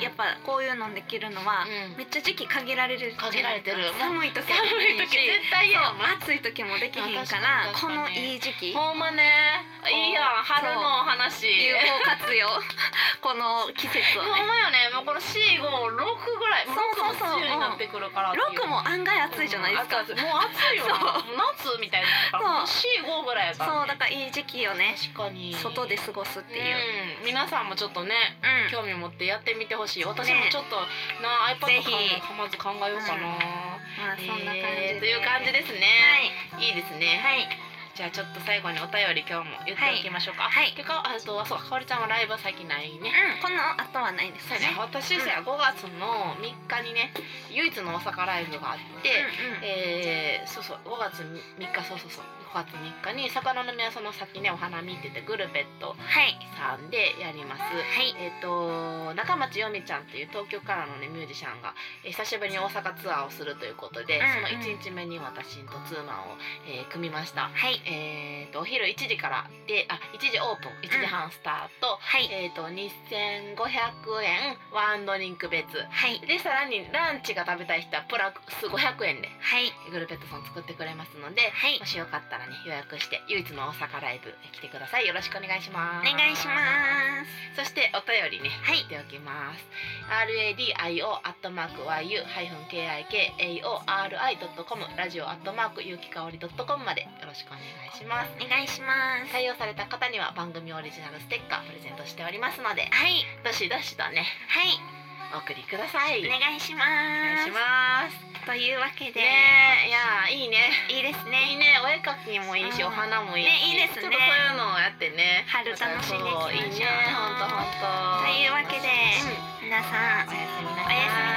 Speaker 2: うん
Speaker 1: やっぱこういうのできるのは
Speaker 2: うん
Speaker 1: めっちゃ時期限られるじゃない
Speaker 2: 限られてる
Speaker 1: 寒い時
Speaker 2: 寒い時絶対嫌やもん
Speaker 1: そう暑い時もできへんから
Speaker 2: 確
Speaker 1: この
Speaker 2: かに確かに
Speaker 1: いい時期有効
Speaker 2: ほんまねいいやん
Speaker 1: そう
Speaker 2: 春のお話
Speaker 1: 活用 *laughs* この季節
Speaker 2: ほ
Speaker 1: を
Speaker 2: ん
Speaker 1: ね
Speaker 2: まよねもうこの C56 ぐらいもう
Speaker 1: そ
Speaker 2: 6も
Speaker 1: うそうそう
Speaker 2: 梅雨になってくるから
Speaker 1: 6も案外暑いじゃないですか
Speaker 2: 暑い暑いもう暑いよもう夏みたいなもう C5 ぐらいやから
Speaker 1: そうだからいい時期をね
Speaker 2: 確かに
Speaker 1: 外で過ごすっていう、
Speaker 2: うん皆さんもちょっとね
Speaker 1: うん
Speaker 2: 興味持ってやってみてほしい私
Speaker 1: ね
Speaker 2: もちょっとな iPad
Speaker 1: ぜひ
Speaker 2: かまず考えようかな
Speaker 1: まあそんな感じで、
Speaker 2: えーという感じです
Speaker 1: は
Speaker 2: ね
Speaker 1: い
Speaker 2: いいですね
Speaker 1: はい
Speaker 2: じゃあちょっと最後にお便り今日も言っておきましょうか。
Speaker 1: はいはい
Speaker 2: てかあとはそうかおりちゃんはライブは最近ないね。
Speaker 1: うんこの後はないです
Speaker 2: そうやね。私さ、5月の3日にね唯一の大阪ライブがあって、
Speaker 1: うんうん
Speaker 2: えーそうそう5月3日そうそうそう5月3日に魚の宮その先ねお花見って言ってグルペット
Speaker 1: はい
Speaker 2: さんでやります。
Speaker 1: はい
Speaker 2: えっと中町よみちゃんっていう東京からのねミュージシャンが、えー久しぶりに大阪ツアーをするということで、
Speaker 1: うんうん
Speaker 2: その1日目に私とツーマンを、えー組みました。
Speaker 1: はい
Speaker 2: えー、とお昼1時からであ1時オープン1時半スタート,、
Speaker 1: はい
Speaker 2: えー、と2500円ワンドリンク別
Speaker 1: はい
Speaker 2: でさらにランチが食べたい人はプラス500円で
Speaker 1: はい
Speaker 2: グルペットさん作ってくれますので
Speaker 1: はい
Speaker 2: もしよかったらね予約して唯一の大阪ライブ来てくださいよろしくお願いしま
Speaker 1: お
Speaker 2: す
Speaker 1: 願いします
Speaker 2: そしてお便りね
Speaker 1: はい
Speaker 2: 言っておきます RADIO アットマーク YU-KIKAORI.com ラジオアットマークゆうきかおり .com までよろしくお願いします
Speaker 1: すお願いします
Speaker 2: 採用された方には番組オリジナルステッカープレゼントしておりますので
Speaker 1: はい
Speaker 2: どしどしとね
Speaker 1: はい
Speaker 2: お送りください
Speaker 1: お願いし
Speaker 2: お願
Speaker 1: ま
Speaker 2: い
Speaker 1: す
Speaker 2: します
Speaker 1: というわけで、
Speaker 2: ねえいやいいね
Speaker 1: いいです
Speaker 2: い
Speaker 1: ね
Speaker 2: いねお絵かきもいいし
Speaker 1: うん
Speaker 2: お花もいいし、
Speaker 1: ねいいですね
Speaker 2: ちょっとそういうのをやってね
Speaker 1: 春楽しんでいきましょう
Speaker 2: いいねほんとほんと
Speaker 1: というわけで
Speaker 2: うん
Speaker 1: 皆さん
Speaker 2: おやすみな
Speaker 1: お
Speaker 2: さい
Speaker 1: やすみなさい